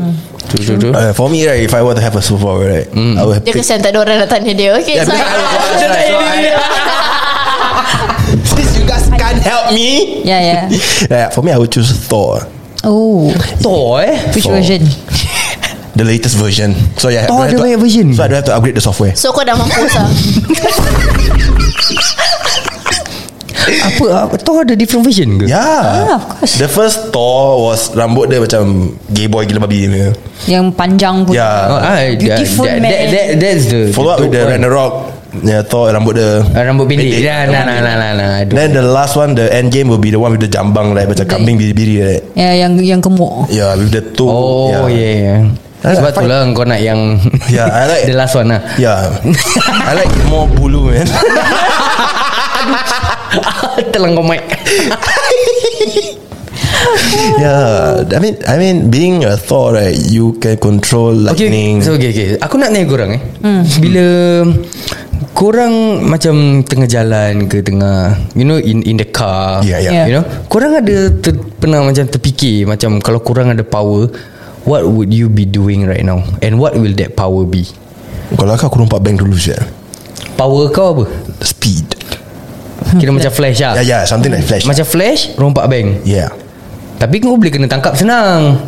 [SPEAKER 1] True true true
[SPEAKER 2] Uh, for me, right, if I were to have a superpower, right,
[SPEAKER 1] Hmm.
[SPEAKER 2] I would
[SPEAKER 3] Dia
[SPEAKER 2] pick.
[SPEAKER 3] kesian tak ada orang nak tanya dia. Okay,
[SPEAKER 2] Yeah,
[SPEAKER 3] so
[SPEAKER 2] because I was
[SPEAKER 3] I,
[SPEAKER 2] honest, right, so I- Since you guys can't help me,
[SPEAKER 6] Yeah, yeah.
[SPEAKER 2] yeah, for me, I would choose Thor,
[SPEAKER 6] Oh,
[SPEAKER 1] Thor eh
[SPEAKER 6] which
[SPEAKER 2] Four.
[SPEAKER 6] version?
[SPEAKER 2] the latest version. So yeah, I
[SPEAKER 1] Thor,
[SPEAKER 2] don't
[SPEAKER 1] the
[SPEAKER 2] have to-
[SPEAKER 1] latest version.
[SPEAKER 2] So I don't have to upgrade the software.
[SPEAKER 3] so kau dah mampus lah.
[SPEAKER 1] Apa apa- Thor ada different
[SPEAKER 2] Ya.
[SPEAKER 1] version ke
[SPEAKER 2] Yeah,
[SPEAKER 6] Ah, of course.
[SPEAKER 2] The first Thor was rambut dia macam gay boy gila babi ni.
[SPEAKER 6] Yang panjang
[SPEAKER 1] Oh,
[SPEAKER 6] pun.
[SPEAKER 2] Yeah,
[SPEAKER 1] ah,
[SPEAKER 6] Beautiful
[SPEAKER 1] that,
[SPEAKER 6] man.
[SPEAKER 1] that, that, That's the
[SPEAKER 2] follow up
[SPEAKER 1] the
[SPEAKER 2] with the
[SPEAKER 1] dope one.
[SPEAKER 2] Ragnarok. Yeah, Thor rambut dia
[SPEAKER 1] kan. Ah, Rambut pendek
[SPEAKER 2] pendek.
[SPEAKER 1] Ya nah nah nah nah nah I don't-
[SPEAKER 2] Then the last one, the end game will be the one with the jambang like macam kambing biri-biri right.
[SPEAKER 6] Yeah, yang yang gemuk.
[SPEAKER 2] Yeah, with the Ya. two.
[SPEAKER 1] Oh yeah,
[SPEAKER 2] yeah.
[SPEAKER 1] yeah.
[SPEAKER 2] I
[SPEAKER 1] Sebab
[SPEAKER 2] like-
[SPEAKER 1] tu lah kau nak yang
[SPEAKER 2] Yeah, Ya, I like-
[SPEAKER 1] The last one lah
[SPEAKER 2] Yeah. Ya. I like it more bulu man.
[SPEAKER 1] Telan kau mic
[SPEAKER 2] yeah, Ya. I mean, I mean, being a Thor, right? You can control
[SPEAKER 1] Okay
[SPEAKER 2] lightning.
[SPEAKER 1] so, okay, okay. Aku nak nanya korang eh Bila Korang macam tengah jalan ke tengah You know in in the car
[SPEAKER 2] Yeah, yeah.
[SPEAKER 6] Yeah.
[SPEAKER 1] You know Korang ada ter, pernah macam terfikir Macam kalau korang ada power What would you be doing right now And what will that power be
[SPEAKER 2] Kalau aku aku rompak bank dulu sih.
[SPEAKER 1] Power kau apa
[SPEAKER 2] Speed.
[SPEAKER 1] Kira macam flash lah
[SPEAKER 2] Yeah, yeah, something like flash.
[SPEAKER 1] Macam flash Rompak bank
[SPEAKER 2] yeah.
[SPEAKER 1] Tapi kau boleh kena tangkap senang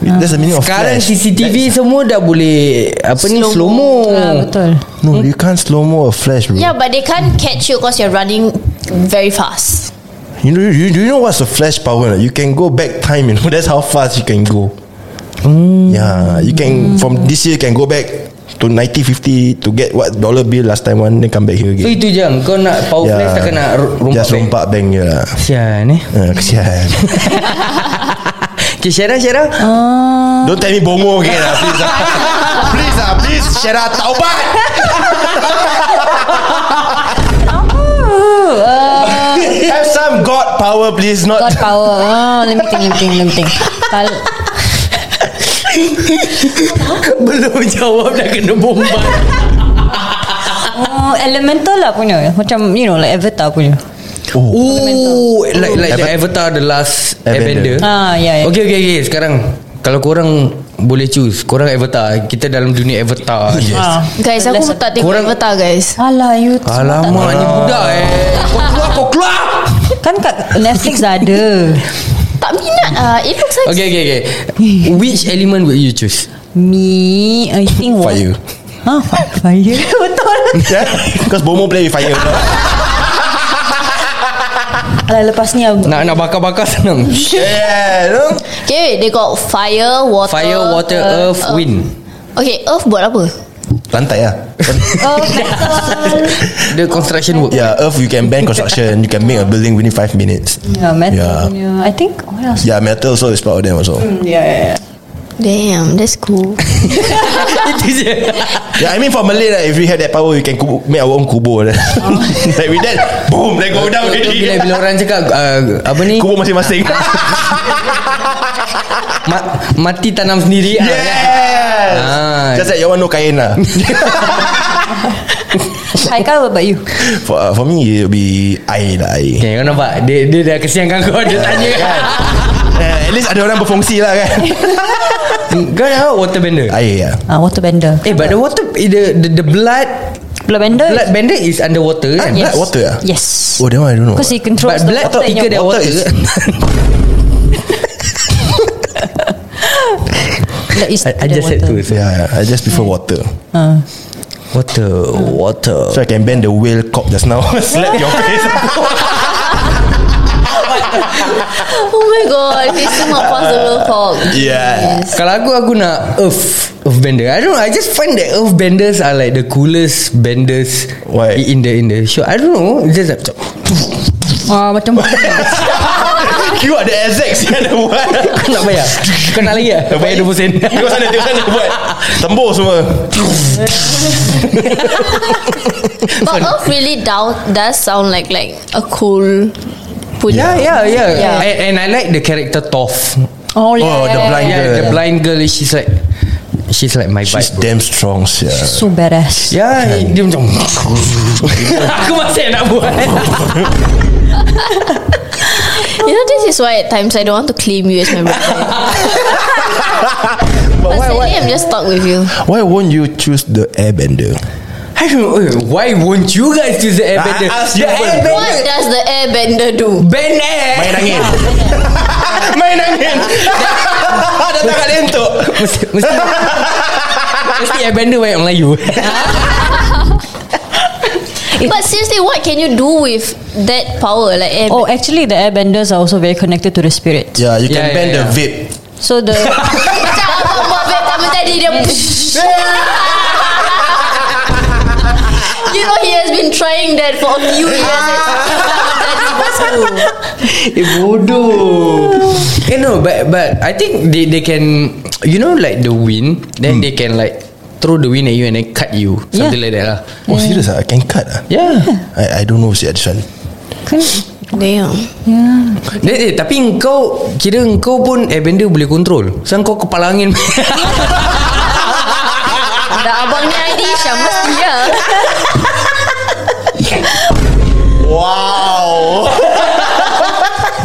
[SPEAKER 2] That's the meaning of
[SPEAKER 1] Sekarang
[SPEAKER 2] flash.
[SPEAKER 1] CCTV semua dah boleh Apa ni slow mo
[SPEAKER 6] Ah, betul.
[SPEAKER 1] Hmm?
[SPEAKER 2] No, you can't slow mo a flash, bro.
[SPEAKER 3] yeah, but they can't catch you because you're running very fast.
[SPEAKER 2] You know, you, you know what's the flash power? You can go back time. You know, that's how fast you can go.
[SPEAKER 1] Hmm.
[SPEAKER 2] Yeah, you can from this year you can go back to 1950 to get what dollar bill last time one. Then come back here
[SPEAKER 1] So
[SPEAKER 2] again.
[SPEAKER 1] itu je Kau nak power flash Tak kena rompak
[SPEAKER 2] Ya. Just rompak bank je lah.
[SPEAKER 1] Sian eh
[SPEAKER 2] Uh, kesian.
[SPEAKER 1] Okay Syara Syara
[SPEAKER 6] Oh.
[SPEAKER 2] Don't tell me bomo again lah, please lah. please lah, please. Syara taubat. Have some God power, please. Not
[SPEAKER 6] Ah, God power. Oh, let me think, let me think, let me think. Kal-
[SPEAKER 1] Belum jawab Dah kena bomba
[SPEAKER 6] oh, elemental lah punya. Macam, you know, like Avatar punya.
[SPEAKER 1] Oh Like like the Avatar The last
[SPEAKER 2] Airbender.
[SPEAKER 1] Airbender,
[SPEAKER 6] Ah, yeah, yeah.
[SPEAKER 1] Okay okay okay Sekarang Kalau korang Boleh choose Korang Avatar Kita dalam dunia Avatar yes.
[SPEAKER 6] Ah.
[SPEAKER 3] Guys, aku
[SPEAKER 6] Less-
[SPEAKER 3] tak tengok
[SPEAKER 1] Korang-
[SPEAKER 3] Avatar guys.
[SPEAKER 6] Alah, you
[SPEAKER 1] Alamak Ah,
[SPEAKER 2] Ah.
[SPEAKER 1] ni budak eh Kau keluar kau keluar
[SPEAKER 6] Kan kat Netflix dah ada.
[SPEAKER 3] Tak minat ah. It looks like
[SPEAKER 1] Okay okay okay Which element would you choose
[SPEAKER 6] Me, I think what?
[SPEAKER 2] fire.
[SPEAKER 6] Huh? Fire? Ha? Betul.
[SPEAKER 2] Yeah? Because bomo play with fire.
[SPEAKER 6] Alah, lepas ni aku...
[SPEAKER 1] Nak nak bakar-bakar senang
[SPEAKER 2] yeah, you know?
[SPEAKER 3] Okay wait, they got fire, water
[SPEAKER 1] Fire, water,
[SPEAKER 6] Uh,
[SPEAKER 1] earth, wind
[SPEAKER 3] Okay, earth buat apa?
[SPEAKER 2] Lantai lah.
[SPEAKER 6] Oh,
[SPEAKER 1] Ya.
[SPEAKER 6] metal.
[SPEAKER 1] The construction work
[SPEAKER 2] Yeah, Earth you can ban construction. You can make a building within five minutes.
[SPEAKER 6] yeah, metal
[SPEAKER 2] Yeah.
[SPEAKER 1] Ya.
[SPEAKER 6] punya. I think, what else?
[SPEAKER 2] Yeah, metal so is part of them also.
[SPEAKER 6] Yeah, yeah, yeah.
[SPEAKER 3] Damn, that's cool
[SPEAKER 1] Itu je
[SPEAKER 2] Yeah, I mean for Malay, right, if we had that power, we can kubu, make our own
[SPEAKER 6] Oh.
[SPEAKER 2] kubur. Right? like with that, boom, then go down.
[SPEAKER 1] Tu- tu Bila, bila
[SPEAKER 2] already.
[SPEAKER 1] orang cakap uh, Apa ni
[SPEAKER 2] Kubur masing-masing.
[SPEAKER 1] ma, Mati tanam sendiri ah, kan?
[SPEAKER 2] yes.
[SPEAKER 1] Ah.
[SPEAKER 2] Just like your one no kain lah.
[SPEAKER 6] Haikal, what about you?
[SPEAKER 2] for, uh, for me, it will be air lah air.
[SPEAKER 1] Okay Eh, kau nampak Dia, dia dah kesiankan kau Dia tanya kan
[SPEAKER 2] Uh, at least ada orang berfungsi lah kan.
[SPEAKER 1] Kan? Kau nak waterbender
[SPEAKER 2] air lah.
[SPEAKER 6] Ah, waterbender.
[SPEAKER 1] Eh but the water The, the, the blood
[SPEAKER 6] Blood bender?
[SPEAKER 1] Blood bender is underwater
[SPEAKER 6] Ah,
[SPEAKER 1] kan
[SPEAKER 2] Blood water lah?
[SPEAKER 6] Yes.
[SPEAKER 2] Oh, that one I don't know.
[SPEAKER 6] Because he controls
[SPEAKER 1] But
[SPEAKER 6] the
[SPEAKER 1] blood
[SPEAKER 6] water in
[SPEAKER 1] tiga
[SPEAKER 6] your
[SPEAKER 1] dia
[SPEAKER 2] water
[SPEAKER 1] water
[SPEAKER 2] is-
[SPEAKER 1] kan?
[SPEAKER 6] That is
[SPEAKER 1] I, I just
[SPEAKER 6] the
[SPEAKER 1] said tu
[SPEAKER 6] water.
[SPEAKER 1] so.
[SPEAKER 2] Yeah, yeah, I just prefer water.
[SPEAKER 6] Ah.
[SPEAKER 1] Water Water
[SPEAKER 2] So I can bend the whale cop just now. Slap your face.
[SPEAKER 3] Oh my god This is not possible for
[SPEAKER 2] Yeah.
[SPEAKER 1] Kalau aku aku nak earth earth bender. I don't know. I just find that earth benders are like the coolest benders
[SPEAKER 2] Why?
[SPEAKER 1] in the in the show. I don't know. It's Just like,
[SPEAKER 6] Ah, macam
[SPEAKER 2] You are the exact Siapa ada buat
[SPEAKER 1] kau nak bayar. Kau nak lagi ah? Bayar 20 sen.
[SPEAKER 2] Tengok sana Tengok sana buat Tembus semua
[SPEAKER 3] But earth really down, does sound like like A cool
[SPEAKER 1] Yeah,
[SPEAKER 3] punya.
[SPEAKER 1] yeah, yeah. Eh.
[SPEAKER 3] Yeah.
[SPEAKER 1] And, and I like the character Toph.
[SPEAKER 6] Oh,
[SPEAKER 2] Oh, the blind
[SPEAKER 1] Yeah,
[SPEAKER 2] girl.
[SPEAKER 1] the blind girl she's like She's like my
[SPEAKER 2] She's
[SPEAKER 1] vibe bro.
[SPEAKER 2] damn strong sia.
[SPEAKER 6] So badass.
[SPEAKER 1] Ya Dia macam Aku masih nak buat
[SPEAKER 3] You know, this is why at times I don't want to claim you as my brother.
[SPEAKER 2] But why,
[SPEAKER 3] Personally,
[SPEAKER 2] why,
[SPEAKER 3] I'm just stuck with you.
[SPEAKER 2] why won't you choose the airbender?
[SPEAKER 1] eh, Why won't you guys choose the airbender
[SPEAKER 2] I ask
[SPEAKER 1] Ah, The
[SPEAKER 2] you first.
[SPEAKER 1] airbender
[SPEAKER 3] What does the airbender do?
[SPEAKER 1] Ben air
[SPEAKER 2] Main angin Main angin Datang kat lentok
[SPEAKER 1] Mesti Mesti Mesti airbender banyak Melayu
[SPEAKER 3] But seriously, what can you do with that power? Like eh, airbender?
[SPEAKER 6] Oh, actually, the airbenders are also very connected to the spirit.
[SPEAKER 2] Yeah Ya, you
[SPEAKER 1] Yeah,
[SPEAKER 2] can
[SPEAKER 1] yeah,
[SPEAKER 2] bend the
[SPEAKER 1] yeah.
[SPEAKER 2] vape
[SPEAKER 6] So the
[SPEAKER 3] Macam apa buat kamu tadi dia You know he has been trying that for a few years Tadi bosku
[SPEAKER 1] Eh bodoh Eh no But but I think they they can You know like the wind Then they can like Throw the wind at you And then cut you Something
[SPEAKER 6] Yeah.
[SPEAKER 1] like that lah
[SPEAKER 2] Oh serious ah I can cut ah
[SPEAKER 1] Yeah
[SPEAKER 2] I, I don't know sia this one
[SPEAKER 3] Damn
[SPEAKER 1] Then, eh, Tapi kau Kira kau pun Airbender boleh control Sekarang kau kepala angin
[SPEAKER 3] Dah abang ni Aidisha Mesti ya
[SPEAKER 2] Wow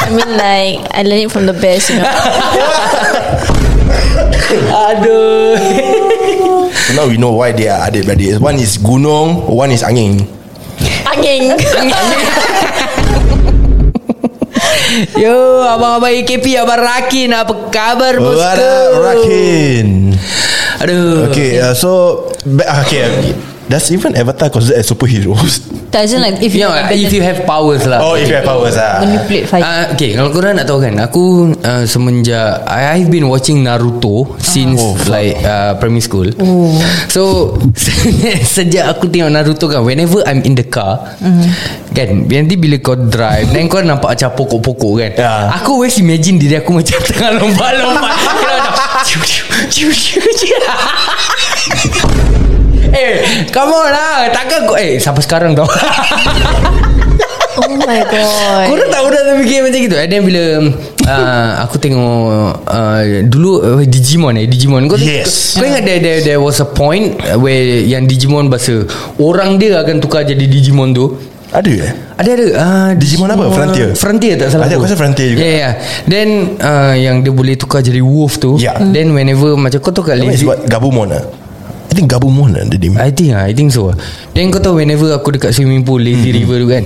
[SPEAKER 3] I mean like I learn it from the best you know
[SPEAKER 1] Aduh
[SPEAKER 2] Now we know why they are adik-beradik One is gunung One is angin
[SPEAKER 3] Angin
[SPEAKER 1] Yo Abang-abang AKP Abang Rakin Apa khabar bosku
[SPEAKER 2] What up Rakin
[SPEAKER 1] Aduh
[SPEAKER 2] Okay uh, so ba- Okay okay. Does even Avatar considered as superheroes?
[SPEAKER 6] doesn't like if
[SPEAKER 1] You
[SPEAKER 6] you
[SPEAKER 1] know, if you have powers lah
[SPEAKER 2] Oh if you have powers ah.
[SPEAKER 6] manipulate fire.
[SPEAKER 1] Uh, okay Kalau korang nak tahu kan Aku uh, semenjak I, I've been watching Naruto Since oh, like uh, Primary school oh. So Sejak aku tengok Naruto kan Whenever I'm in the car mm. Kan Nanti bila kau drive Then kau nampak macam pokok-pokok kan
[SPEAKER 2] Ya.
[SPEAKER 1] Aku always imagine diri aku macam Tengah lompat-lompat Kau macam ciu, ciu, ciu, ciu, ciu. Eh Come on lah Takkan kau Eh sampai sekarang tau
[SPEAKER 3] Oh my god
[SPEAKER 1] Korang tak pernah tak fikir macam gitu And then bila uh, Aku tengok uh, Dulu uh, Digimon eh Digimon Kau,
[SPEAKER 2] Yes.
[SPEAKER 1] kau ingat there, there, there was a point uh, Where yang Digimon bahasa Orang dia akan tukar jadi Digimon tu
[SPEAKER 2] Ada eh?
[SPEAKER 1] ada ada uh,
[SPEAKER 2] Digimon apa? Frontier?
[SPEAKER 1] Frontier tak salah
[SPEAKER 2] Ada,
[SPEAKER 1] aku.
[SPEAKER 2] aku rasa Frontier juga.
[SPEAKER 1] Ya yeah, yeah. Then uh, Yang dia boleh tukar jadi wolf tu
[SPEAKER 2] Ya.
[SPEAKER 1] Then whenever Macam kau tahu kat
[SPEAKER 2] That one is
[SPEAKER 1] lazy
[SPEAKER 2] what Gabumon ah. I think Gabumon ah the name.
[SPEAKER 1] I think lah, I think so Then kau tahu whenever aku dekat swimming pool Lazy
[SPEAKER 2] Mm-hmm.
[SPEAKER 1] river tu kan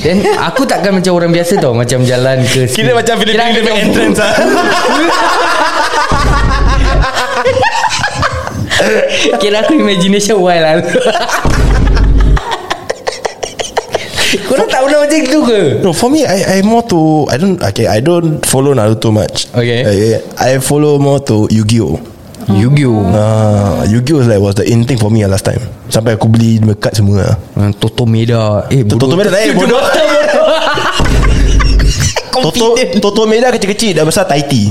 [SPEAKER 1] Then aku takkan macam orang biasa tau Macam jalan ke sini. Kira aku macam-
[SPEAKER 2] ah.
[SPEAKER 1] Kira aku imagination wild lah Korang tak pernah macam itu ke?
[SPEAKER 2] No, for me, I I more to I don't okay. I don't follow Naruto much.
[SPEAKER 1] Okay.
[SPEAKER 2] I, I follow more to Yu-Gi-Oh.
[SPEAKER 1] Yu-Gi-Oh
[SPEAKER 2] Ah, Yu-Gi-Oh is like was the in thing for me ah, last time. Sampai aku beli mekat semua. ah.
[SPEAKER 1] uh, Toto Meda Eh bodoh
[SPEAKER 2] Toto Meda eh bodoh. Toto Toto Meda kecil-kecil dah besar Taiti.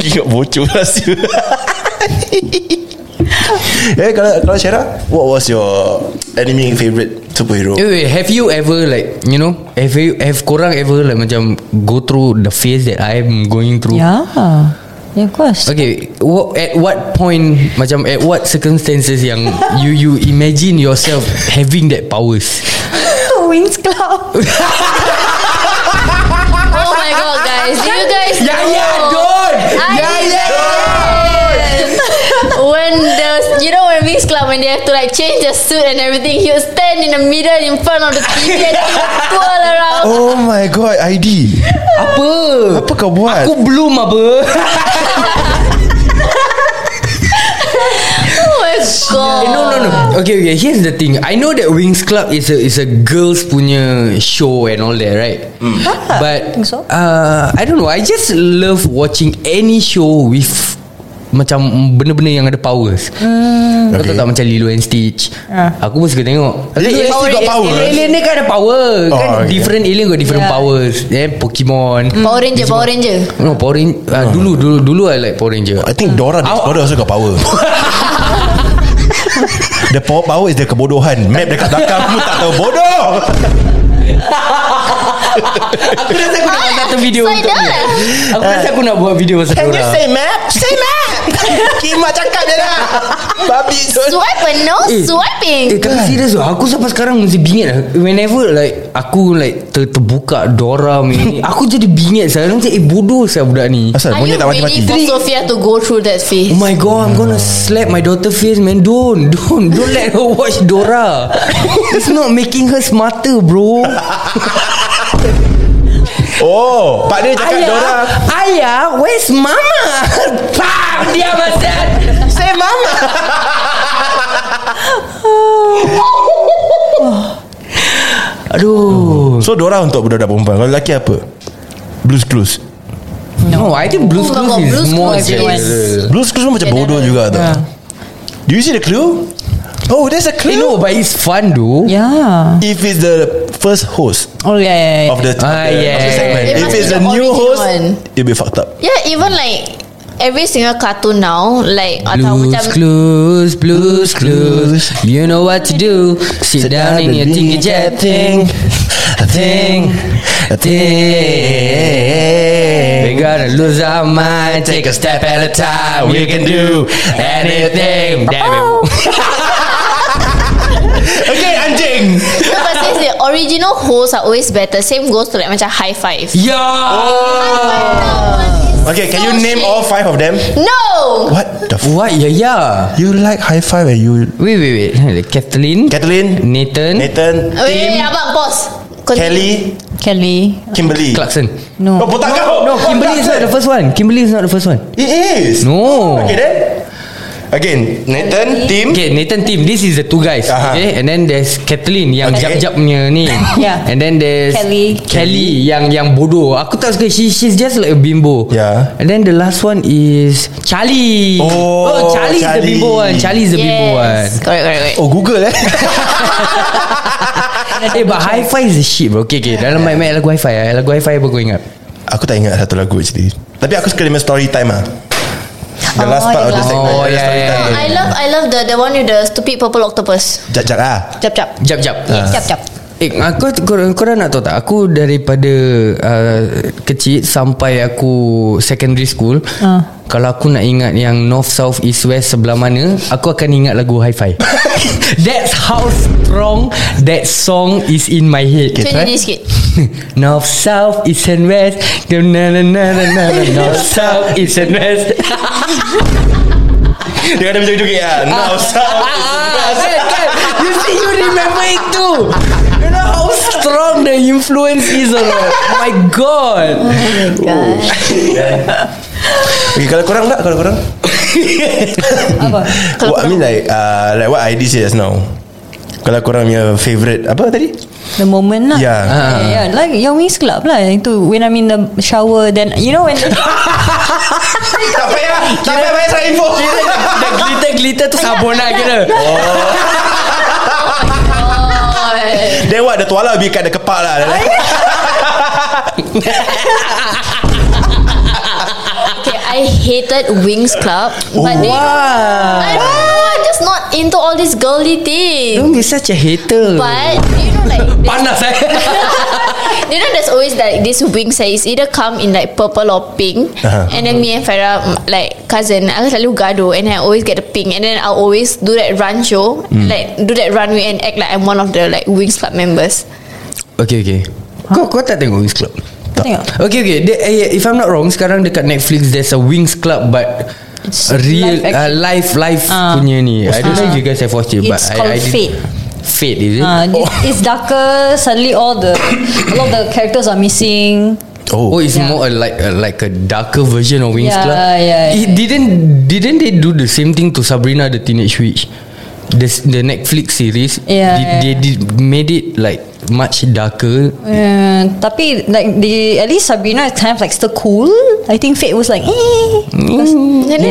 [SPEAKER 2] Ingat bocor lah siul. Eh kalau kalau Syara What was your Anime favourite Superhero
[SPEAKER 1] Eh, wait, have you ever like You know Have you Have korang ever like Macam Go through the phase That I'm going through
[SPEAKER 6] yeah. Yeah, of course.
[SPEAKER 1] Okay what, At what point Macam at what circumstances Yang You you imagine yourself Having that powers
[SPEAKER 6] Wings Club.
[SPEAKER 3] Oh my god guys Do you guys
[SPEAKER 1] Ya, ya, don't.
[SPEAKER 3] I
[SPEAKER 1] Ya, ya,
[SPEAKER 3] When the You know when Mix Club When they have to like Change the suit and everything He would stand in the middle In front of the TV And he would twirl around
[SPEAKER 2] Oh my god ID
[SPEAKER 1] Apa
[SPEAKER 2] Apa kau buat
[SPEAKER 1] Aku belum apa
[SPEAKER 3] Oh my god
[SPEAKER 1] Eh, No no no
[SPEAKER 2] Oh.
[SPEAKER 1] Okay okay Here's the thing I know that Wings Club Is a is a girls punya Show and all that right
[SPEAKER 2] Hmm.
[SPEAKER 1] But
[SPEAKER 6] Think so.
[SPEAKER 1] uh, I don't know I just love watching Any show with Macam Benda-benda yang ada powers
[SPEAKER 6] Hmm.
[SPEAKER 1] Kau tahu
[SPEAKER 2] Okay.
[SPEAKER 1] tak macam Lilo and Stitch
[SPEAKER 6] Ah.
[SPEAKER 1] Aku pun suka tengok
[SPEAKER 2] Lilo and Stitch got power?
[SPEAKER 1] Alien ni kan ada power
[SPEAKER 2] Oh,
[SPEAKER 1] Kan
[SPEAKER 2] okay.
[SPEAKER 1] different alien Got different
[SPEAKER 6] Yeah. Hmm.
[SPEAKER 1] powers Then Pokemon
[SPEAKER 3] Power Ranger Power Ranger
[SPEAKER 1] No Power Ranger
[SPEAKER 2] Oh.
[SPEAKER 1] uh, Dulu dulu dulu I like Power Ranger
[SPEAKER 2] I think Dora the Explorer also got power The power, power is the kebodohan Map dekat belakang Kamu tak tahu bodoh
[SPEAKER 1] Aku rasa aku nak
[SPEAKER 6] Ah,
[SPEAKER 1] buat satu video
[SPEAKER 3] So
[SPEAKER 1] untuk
[SPEAKER 3] dah
[SPEAKER 1] dia.
[SPEAKER 3] lah.
[SPEAKER 1] Aku rasa aku nak buat video pasal
[SPEAKER 2] Can you
[SPEAKER 1] korang.
[SPEAKER 2] say map? Say map Kimak cakap je lah Babi tu
[SPEAKER 3] Swipe and no
[SPEAKER 1] Eh,
[SPEAKER 3] swiping
[SPEAKER 1] Eh
[SPEAKER 2] kan?
[SPEAKER 1] tapi serius lah Aku sampai sekarang Masih bingit lah Whenever like Aku like ter, Terbuka Dora ni Aku jadi bingit Saya macam Eh bodoh saya budak ni
[SPEAKER 2] Asal
[SPEAKER 3] Are you
[SPEAKER 2] monyet tak
[SPEAKER 3] ready for
[SPEAKER 2] mati-mati
[SPEAKER 3] Sophia to go through that phase?
[SPEAKER 1] Oh my god, I'm gonna slap my daughter face, man. Don't, don't, don't let her watch Dora. It's not making her smarter, bro.
[SPEAKER 2] Oh Pak dia cakap Dora
[SPEAKER 1] Ayah, ayah, where's mama? Bam, dia macam. Say mama. Aduh.
[SPEAKER 2] So Dora untuk budak-budak perempuan Kalau lelaki apa? Blues Clues
[SPEAKER 1] No, I think Blue's
[SPEAKER 3] Oh my
[SPEAKER 1] Clues
[SPEAKER 3] God,
[SPEAKER 1] is
[SPEAKER 3] Blue's
[SPEAKER 1] more
[SPEAKER 3] Clues is-
[SPEAKER 1] general.
[SPEAKER 2] Blues Clues pun macam bodoh juga tau Do you see the clue? Oh there's a
[SPEAKER 1] Eh, no,
[SPEAKER 2] clue
[SPEAKER 1] but it's fun though.
[SPEAKER 6] Yeah.
[SPEAKER 2] If it's the first host
[SPEAKER 6] Oh yeah. yeah, yeah.
[SPEAKER 2] Of the, of the,
[SPEAKER 1] Ah, yeah.
[SPEAKER 2] of the segment If
[SPEAKER 3] It must
[SPEAKER 2] it's
[SPEAKER 3] be
[SPEAKER 2] the
[SPEAKER 3] the
[SPEAKER 2] new
[SPEAKER 3] original
[SPEAKER 2] host
[SPEAKER 3] one.
[SPEAKER 2] It'll be fucked up
[SPEAKER 3] Yeah, even like every single cartoon now, like atau
[SPEAKER 1] Blues
[SPEAKER 3] macam
[SPEAKER 1] clues, blues clues.
[SPEAKER 2] clues.
[SPEAKER 1] You know what to do. Sit down in your ticket jet thing, thing, thing. We're gonna lose our mind. Take a step at a time. We can do anything. Damn it.
[SPEAKER 2] Okay anjing
[SPEAKER 3] No, but since the original hosts are always better, same goes to like macam high five.
[SPEAKER 1] Yo. Oh.
[SPEAKER 2] Okay can you name all five of them?
[SPEAKER 3] No!
[SPEAKER 2] What the f-
[SPEAKER 1] What? Yeah, yeah.
[SPEAKER 2] You like high five and you
[SPEAKER 1] Wait, wait, wait. Kathleen,
[SPEAKER 2] Kathleen
[SPEAKER 1] Nathan,
[SPEAKER 2] Nathan
[SPEAKER 3] Wait, wait, wait, abang, pause. Oh, Continue.
[SPEAKER 2] Kelly
[SPEAKER 6] Kelly.
[SPEAKER 2] Kimberly
[SPEAKER 1] Clarkson.
[SPEAKER 6] No.
[SPEAKER 2] Oh botak kau
[SPEAKER 1] No, Kimberly is not the first one. Kimberly is not the first one.
[SPEAKER 2] It is
[SPEAKER 1] No.
[SPEAKER 2] Okay then Again Nathan Tim
[SPEAKER 1] Okay Nathan team This is the two guys
[SPEAKER 2] Aha.
[SPEAKER 1] Okay And then there's Kathleen Yang
[SPEAKER 2] Okay.
[SPEAKER 1] jap-jap punya ni
[SPEAKER 6] Yeah.
[SPEAKER 1] And then there's
[SPEAKER 6] Kelly.
[SPEAKER 1] Kelly Yang yang bodoh Aku tak suka she, She's just like a bimbo
[SPEAKER 2] Yeah.
[SPEAKER 1] And then the last one is Charlie
[SPEAKER 2] Ya. Oh,
[SPEAKER 1] Charlie, is the
[SPEAKER 2] Charlie.
[SPEAKER 1] bimbo one Charlie is the bimbo one
[SPEAKER 3] Yes. Correct, correct, correct.
[SPEAKER 2] Oh Google eh
[SPEAKER 1] Eh but hi-fi is the shit bro Okay okay Dalam mic-mic lagu hi-fi eh. Lagu hi-fi apa kau ingat
[SPEAKER 2] Aku tak ingat satu lagu actually Tapi aku suka dia punya story time lah The
[SPEAKER 6] Oh,
[SPEAKER 2] last part of
[SPEAKER 6] the
[SPEAKER 2] the
[SPEAKER 6] last-
[SPEAKER 2] segment
[SPEAKER 1] Oh,
[SPEAKER 2] dia
[SPEAKER 1] yeah,
[SPEAKER 2] story
[SPEAKER 1] yeah,
[SPEAKER 2] time
[SPEAKER 1] yeah.
[SPEAKER 2] dia.
[SPEAKER 3] I love, I love the the one with the stupid purple octopus.
[SPEAKER 2] Jap-jap lah
[SPEAKER 6] Jap jap.
[SPEAKER 1] Jap-jap
[SPEAKER 6] Jap jap.
[SPEAKER 1] Eh, aku korang, korang nak tahu tak Aku daripada uh, Kecil Sampai aku Secondary school
[SPEAKER 6] Ah.
[SPEAKER 1] Kalau aku nak ingat Yang north, south, east, west Sebelah mana Aku akan ingat lagu hi-fi That's how strong That song is in my head
[SPEAKER 3] Okay, Cuba jadi sikit.
[SPEAKER 1] North, south, east and west na, na, na, na, na, na, na. North, south, east and west
[SPEAKER 2] Dia ada joget-joget lah Now sound
[SPEAKER 1] Ah, kan, kan. You see you remember it too You know how strong the influence is on her. Oh my god
[SPEAKER 6] Kan?
[SPEAKER 2] Okay kalau korang nak Kalau korang
[SPEAKER 6] Apa?
[SPEAKER 2] What I mean like uh, Like what I did say just now Kalau korang punya favourite Apa tadi? Ya.
[SPEAKER 6] The moment lah.
[SPEAKER 2] Yeah.
[SPEAKER 6] Yeah, yeah. Like yang Wings Club lah. Itu when I'm in the shower then you know when
[SPEAKER 2] tak payah Tak payah bayar surat info
[SPEAKER 1] The glitter-glitter tu sabun lah kira
[SPEAKER 2] Then what The tuala Biar kat the kepak lah
[SPEAKER 3] Okay, I hated Wings Club. But they, I
[SPEAKER 1] Why?
[SPEAKER 3] don't know, I'm just not into all these girly things.
[SPEAKER 1] Don't be such a hater
[SPEAKER 3] But, you know, like,
[SPEAKER 1] Panas eh
[SPEAKER 3] You know there's always like this wings that is either come in like purple or pink
[SPEAKER 2] Uh-huh.
[SPEAKER 3] And then me and Farah mm, like cousin I selalu gaduh and then I always get the pink and then I'll always do that run show
[SPEAKER 1] Hmm.
[SPEAKER 3] like do that runway and act like I'm one of the like wings club members
[SPEAKER 1] Okay okay Kau kau tak tengok Wings Club?
[SPEAKER 6] Tengok.
[SPEAKER 1] Okay okay Dia- eh, If I'm not wrong Sekarang dekat Netflix There's a Wings Club But
[SPEAKER 6] It's
[SPEAKER 1] Real
[SPEAKER 6] live action.
[SPEAKER 1] uh, Live Live
[SPEAKER 6] Ah.
[SPEAKER 1] punya ni I don't know if you guys have watched it But
[SPEAKER 6] It's
[SPEAKER 1] I,
[SPEAKER 6] called
[SPEAKER 1] I did-
[SPEAKER 6] Fate.
[SPEAKER 1] Fate is it?
[SPEAKER 6] uh, it's, it's darker. Suddenly all the a lot of the characters are missing.
[SPEAKER 1] Oh, it's more a, like a, like a darker version of Wings
[SPEAKER 6] Yeah,
[SPEAKER 1] Club.
[SPEAKER 6] yeah,
[SPEAKER 1] It didn't didn't they do the same thing to Sabrina the Teenage Witch? The s- the Netflix series.
[SPEAKER 6] Yeah,
[SPEAKER 1] Did,
[SPEAKER 6] yeah,
[SPEAKER 1] They did made it like much darker.
[SPEAKER 6] Uh, tapi like the at least Sabrina is kind of like still cool. I think Fate was like eh.
[SPEAKER 3] And
[SPEAKER 1] Hmm.
[SPEAKER 3] then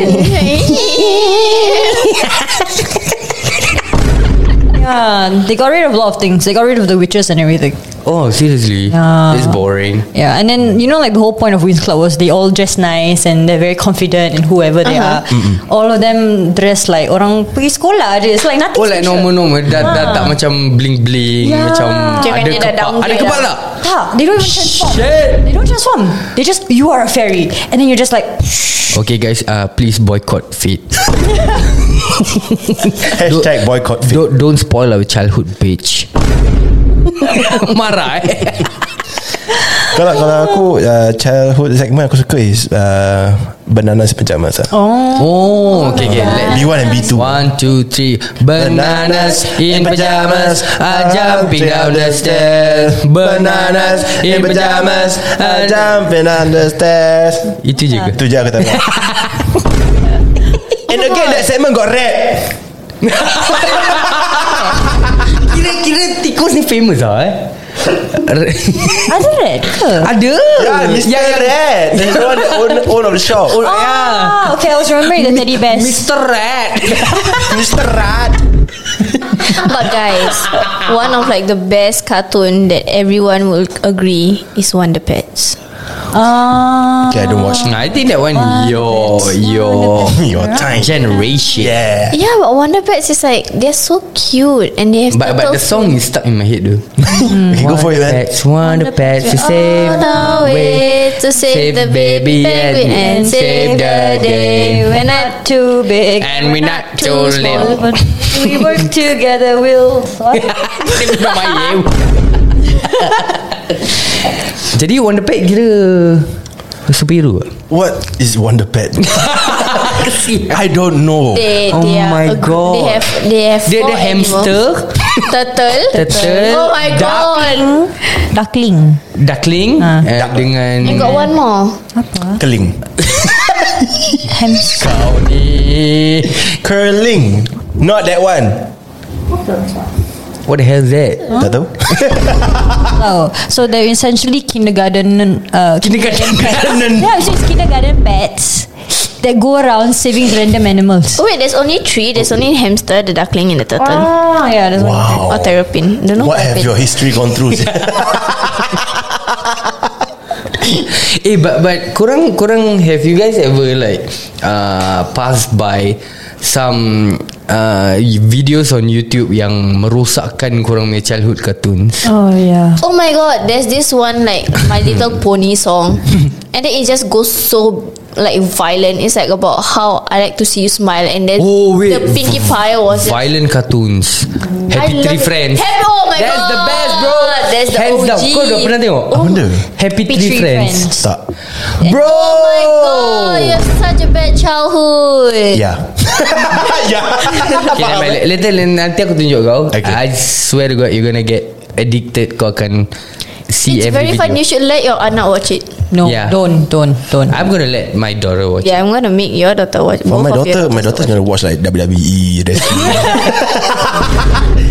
[SPEAKER 6] Yeah, they got rid of a lot of things. They got rid of the witches and everything.
[SPEAKER 1] Oh, seriously?
[SPEAKER 6] Yeah.
[SPEAKER 1] It's boring.
[SPEAKER 6] Yeah, and then you know, like the whole point of Wings Club was they all dress nice and they're very confident in whoever they
[SPEAKER 1] Uh-huh.
[SPEAKER 6] are. All of them dress like orang pergi sekolah je. It's like nothing.
[SPEAKER 1] Oh like
[SPEAKER 6] special.
[SPEAKER 1] normal-normal Dah, dah tak macam bling-bling
[SPEAKER 6] Yeah.
[SPEAKER 1] Macam
[SPEAKER 3] Kira
[SPEAKER 1] ada
[SPEAKER 3] dia dah
[SPEAKER 1] kepala
[SPEAKER 3] downgrade
[SPEAKER 1] Ada
[SPEAKER 3] lah.
[SPEAKER 1] kepala
[SPEAKER 6] Tak, they don't even transform.
[SPEAKER 1] Shit.
[SPEAKER 6] They don't transform. They just you are a fairy, and then you're just like.
[SPEAKER 1] Okay guys uh, Please boycott fit
[SPEAKER 2] Hashtag boycott fit.
[SPEAKER 1] don't, don't spoil our childhood bitch Marah eh
[SPEAKER 2] Kalau kalau aku uh, childhood segment aku suka is uh, bananas pajamas. Oh.
[SPEAKER 1] Oh Okay okay Let,
[SPEAKER 2] B1 and B2.
[SPEAKER 1] One, two, three Bananas in pajamas Are jumping down the stairs Bananas in pajamas
[SPEAKER 2] are
[SPEAKER 1] are jump-
[SPEAKER 2] jumping down the stairs.
[SPEAKER 1] Itu je ke?
[SPEAKER 2] Itu je aku tahu. And again that segment got rap.
[SPEAKER 1] Kira-kira tikus ni famous lah eh
[SPEAKER 6] Ada red ke?
[SPEAKER 1] Ada Ya,
[SPEAKER 2] Yeah, Mr. Red. He's the one that own, own of the shop.
[SPEAKER 1] Oh, yeah.
[SPEAKER 6] Ah, okay, I was remembering the teddy bears.
[SPEAKER 1] Mr. Rat
[SPEAKER 2] Mr. Rat.
[SPEAKER 3] But guys, one of like the best cartoon that everyone will agree is Wonder Pets.
[SPEAKER 6] Ah,
[SPEAKER 2] Okay, I don't watch.
[SPEAKER 1] I think that one Yo Yo
[SPEAKER 2] Your time.
[SPEAKER 1] Generation
[SPEAKER 2] Oh, Yeah.
[SPEAKER 3] Yeah, but Wonder Pets is like they're so cute and they have
[SPEAKER 1] But but the
[SPEAKER 3] turtles.
[SPEAKER 1] song is stuck in my head though.
[SPEAKER 2] We can go for it, man.
[SPEAKER 1] Pets, one the pets to save
[SPEAKER 3] All the way to save, the baby penguin and save the day. When I
[SPEAKER 6] too big.
[SPEAKER 1] And we're not too
[SPEAKER 6] small,
[SPEAKER 1] little.
[SPEAKER 6] but we work together. We'll. What?
[SPEAKER 1] Jadi Wonder Pet kira superhero ke?
[SPEAKER 2] What is Wonder Pet? I don't know.
[SPEAKER 3] They,
[SPEAKER 1] Oh
[SPEAKER 3] they are
[SPEAKER 1] my
[SPEAKER 3] a gr-
[SPEAKER 1] God.
[SPEAKER 3] They have they have
[SPEAKER 1] Dia
[SPEAKER 3] four
[SPEAKER 1] ada hamster,
[SPEAKER 3] animals. turtle,
[SPEAKER 1] Turtle,
[SPEAKER 3] Oh my
[SPEAKER 1] duck.
[SPEAKER 3] god!
[SPEAKER 6] Duckling.
[SPEAKER 1] duckling
[SPEAKER 3] Ah.
[SPEAKER 1] eh, dengan
[SPEAKER 3] You got one more.
[SPEAKER 2] Curling.
[SPEAKER 6] Hamster.
[SPEAKER 1] kau ni.
[SPEAKER 2] Curling. Not that one.
[SPEAKER 1] What the hell is that?
[SPEAKER 2] Tak tahu.
[SPEAKER 6] Oh, so they're essentially kindergarten. Uh,
[SPEAKER 1] Kindergarten.
[SPEAKER 6] yeah, so it's kindergarten pets that go around saving random animals.
[SPEAKER 3] Oh wait, there's only three. There's only hamster, the duckling, and the turtle.
[SPEAKER 6] Ah, yeah, that's one.
[SPEAKER 2] Wow.
[SPEAKER 1] Oh.
[SPEAKER 3] Or terrapin. Don't know
[SPEAKER 2] What
[SPEAKER 3] what
[SPEAKER 2] have your
[SPEAKER 3] happened.
[SPEAKER 2] history gone through?
[SPEAKER 1] Eh but but korang korang have you guys ever like uh, passed by some uh, videos on YouTube yang merosakkan korang punya childhood cartoons?
[SPEAKER 6] Oh yeah.
[SPEAKER 3] Oh my god, there's this one like My Little Pony song, and then it just goes so like violent. It's like about how I like to see you smile, and then
[SPEAKER 1] Oh wait.
[SPEAKER 3] the Pinkie Pie was
[SPEAKER 1] Violent cartoons. Happy
[SPEAKER 3] Oh, Mm. I
[SPEAKER 1] Tree
[SPEAKER 3] love it.
[SPEAKER 1] Friends.
[SPEAKER 3] Happy- oh my
[SPEAKER 1] That's
[SPEAKER 3] God.
[SPEAKER 1] the best bro.
[SPEAKER 3] That's the Oh.
[SPEAKER 1] Hands
[SPEAKER 3] OG.
[SPEAKER 1] down. Kau dah pernah tengok?
[SPEAKER 2] Apa benda?
[SPEAKER 1] Happy
[SPEAKER 6] Happy
[SPEAKER 1] Tree,
[SPEAKER 6] Tree
[SPEAKER 1] Friends.
[SPEAKER 6] Friends.
[SPEAKER 2] tak.
[SPEAKER 1] Bro.
[SPEAKER 3] Oh, you have such a bad childhood.
[SPEAKER 2] Yeah. yeah.
[SPEAKER 1] Okay, never mind. Later nanti aku tunjuk kau.
[SPEAKER 2] Okay.
[SPEAKER 1] I swear to God you're gonna get addicted. Kau akan see
[SPEAKER 3] It's
[SPEAKER 1] every
[SPEAKER 3] very
[SPEAKER 1] video.
[SPEAKER 3] fun. You should let your anak watch it.
[SPEAKER 6] No,
[SPEAKER 1] Yeah.
[SPEAKER 6] don't, don't, don't.
[SPEAKER 1] I'm gonna let my daughter watch.
[SPEAKER 3] Yeah, I'm gonna make your daughter watch.
[SPEAKER 2] For
[SPEAKER 3] both
[SPEAKER 2] my
[SPEAKER 3] of your
[SPEAKER 2] daughter, my
[SPEAKER 3] daughters
[SPEAKER 2] daughter's gonna watch like E, WWE. wrestling.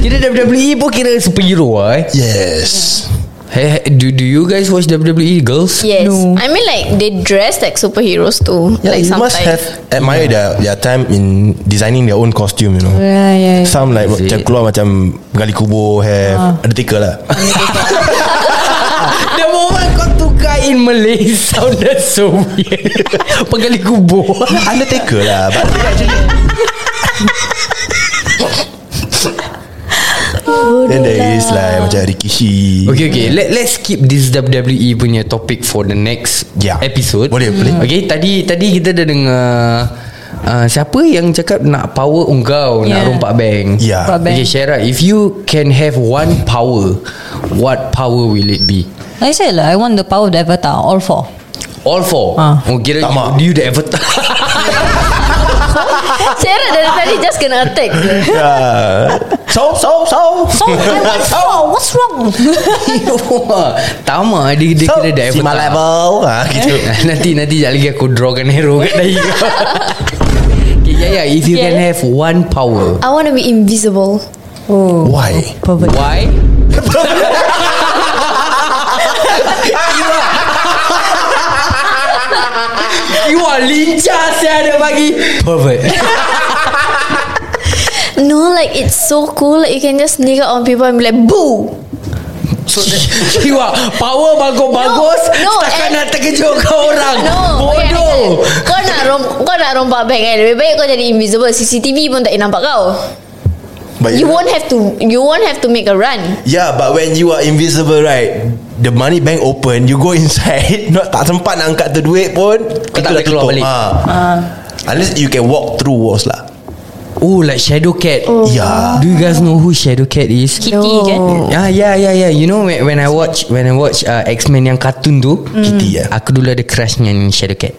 [SPEAKER 1] Kira WWE pun kira superhero lah eh.
[SPEAKER 2] yes.
[SPEAKER 1] Hey, hey, do do you guys watch WWE girls?
[SPEAKER 3] Yes,
[SPEAKER 6] No.
[SPEAKER 3] I mean like they dress like superheroes too.
[SPEAKER 2] Yeah,
[SPEAKER 3] like
[SPEAKER 2] you
[SPEAKER 3] sometimes.
[SPEAKER 2] must have admired their, their time in designing their own costume, you know.
[SPEAKER 6] yeah, yeah. yeah.
[SPEAKER 2] Some like
[SPEAKER 1] Is it? Ah.
[SPEAKER 2] macam keluar macam gali kubur have ada tiga lah.
[SPEAKER 1] The moment kau tukar in Malay sounded so weird. Penggali kubur.
[SPEAKER 2] Undertaker lah But Then there is like Macam Rikishi
[SPEAKER 1] Okay okay Let, Let's keep this WWE punya topic For the next
[SPEAKER 2] Yeah.
[SPEAKER 1] episode Hmm.
[SPEAKER 2] Boleh, boleh.
[SPEAKER 1] Okay tadi Tadi kita dah dengar uh, Siapa yang cakap Nak power ungkau
[SPEAKER 6] Yeah.
[SPEAKER 1] Nak rompak bank
[SPEAKER 2] Yeah. Rompak
[SPEAKER 6] bank.
[SPEAKER 1] Okay Syara If you can have one power What power will it be?
[SPEAKER 6] Like I said lah, I want the power of the avatar, all four.
[SPEAKER 1] All four
[SPEAKER 6] Ah.
[SPEAKER 1] Oh kira
[SPEAKER 2] Tak, Mak.
[SPEAKER 1] you, you the avatar
[SPEAKER 3] Sarah dari tadi just kena attack.
[SPEAKER 2] yeah. So so so
[SPEAKER 6] So I want four. What's wrong?
[SPEAKER 1] Wah, Tama dia, dia
[SPEAKER 2] So
[SPEAKER 1] kira dah
[SPEAKER 2] Si level ha, gitu.
[SPEAKER 1] Nanti nanti sekejap lagi aku drawkan arrow kat dahi kau okay, yeah, yeah, If you
[SPEAKER 3] Yeah.
[SPEAKER 1] can have one power
[SPEAKER 3] I want to be invisible.
[SPEAKER 6] Oh,
[SPEAKER 2] Why?
[SPEAKER 6] perfect.
[SPEAKER 1] Why? you are lincah saya ada pagi Perfect
[SPEAKER 3] No, like it's so cool. Like you can just sneak up on people and be like, "Boo!"
[SPEAKER 1] So Jiwa Power bagus-bagus no, no,
[SPEAKER 3] No, no,
[SPEAKER 1] Takkan
[SPEAKER 3] and-
[SPEAKER 1] nak terkejut kau orang
[SPEAKER 3] No
[SPEAKER 1] Bodoh
[SPEAKER 3] okay, I tell- Kau nak rom, kau nak rompak bank kan Lebih baik kau jadi invisible CCTV pun tak boleh nampak kau
[SPEAKER 2] But
[SPEAKER 3] You won't have to You won't have to make a run
[SPEAKER 2] Yeah, but when you are invisible, right? The money bank open, you go inside. Not tak sempat nak angkat tu duit pun,
[SPEAKER 1] Kau
[SPEAKER 2] pintu dah
[SPEAKER 1] tak boleh keluar
[SPEAKER 2] tutup.
[SPEAKER 1] balik.
[SPEAKER 2] Ah. Unless you can walk through walls lah.
[SPEAKER 1] Oh like Shadow Cat oh.
[SPEAKER 2] Yeah.
[SPEAKER 1] Do you guys know who Shadow Cat is?
[SPEAKER 6] Kitty kan?
[SPEAKER 1] Ah, yeah, yeah, yeah. You know when, when I watch when I watch uh, X Men yang kartun tu,
[SPEAKER 2] Kitty, yeah.
[SPEAKER 1] Mm. Aku dulu ada crush dengan Shadow Cat.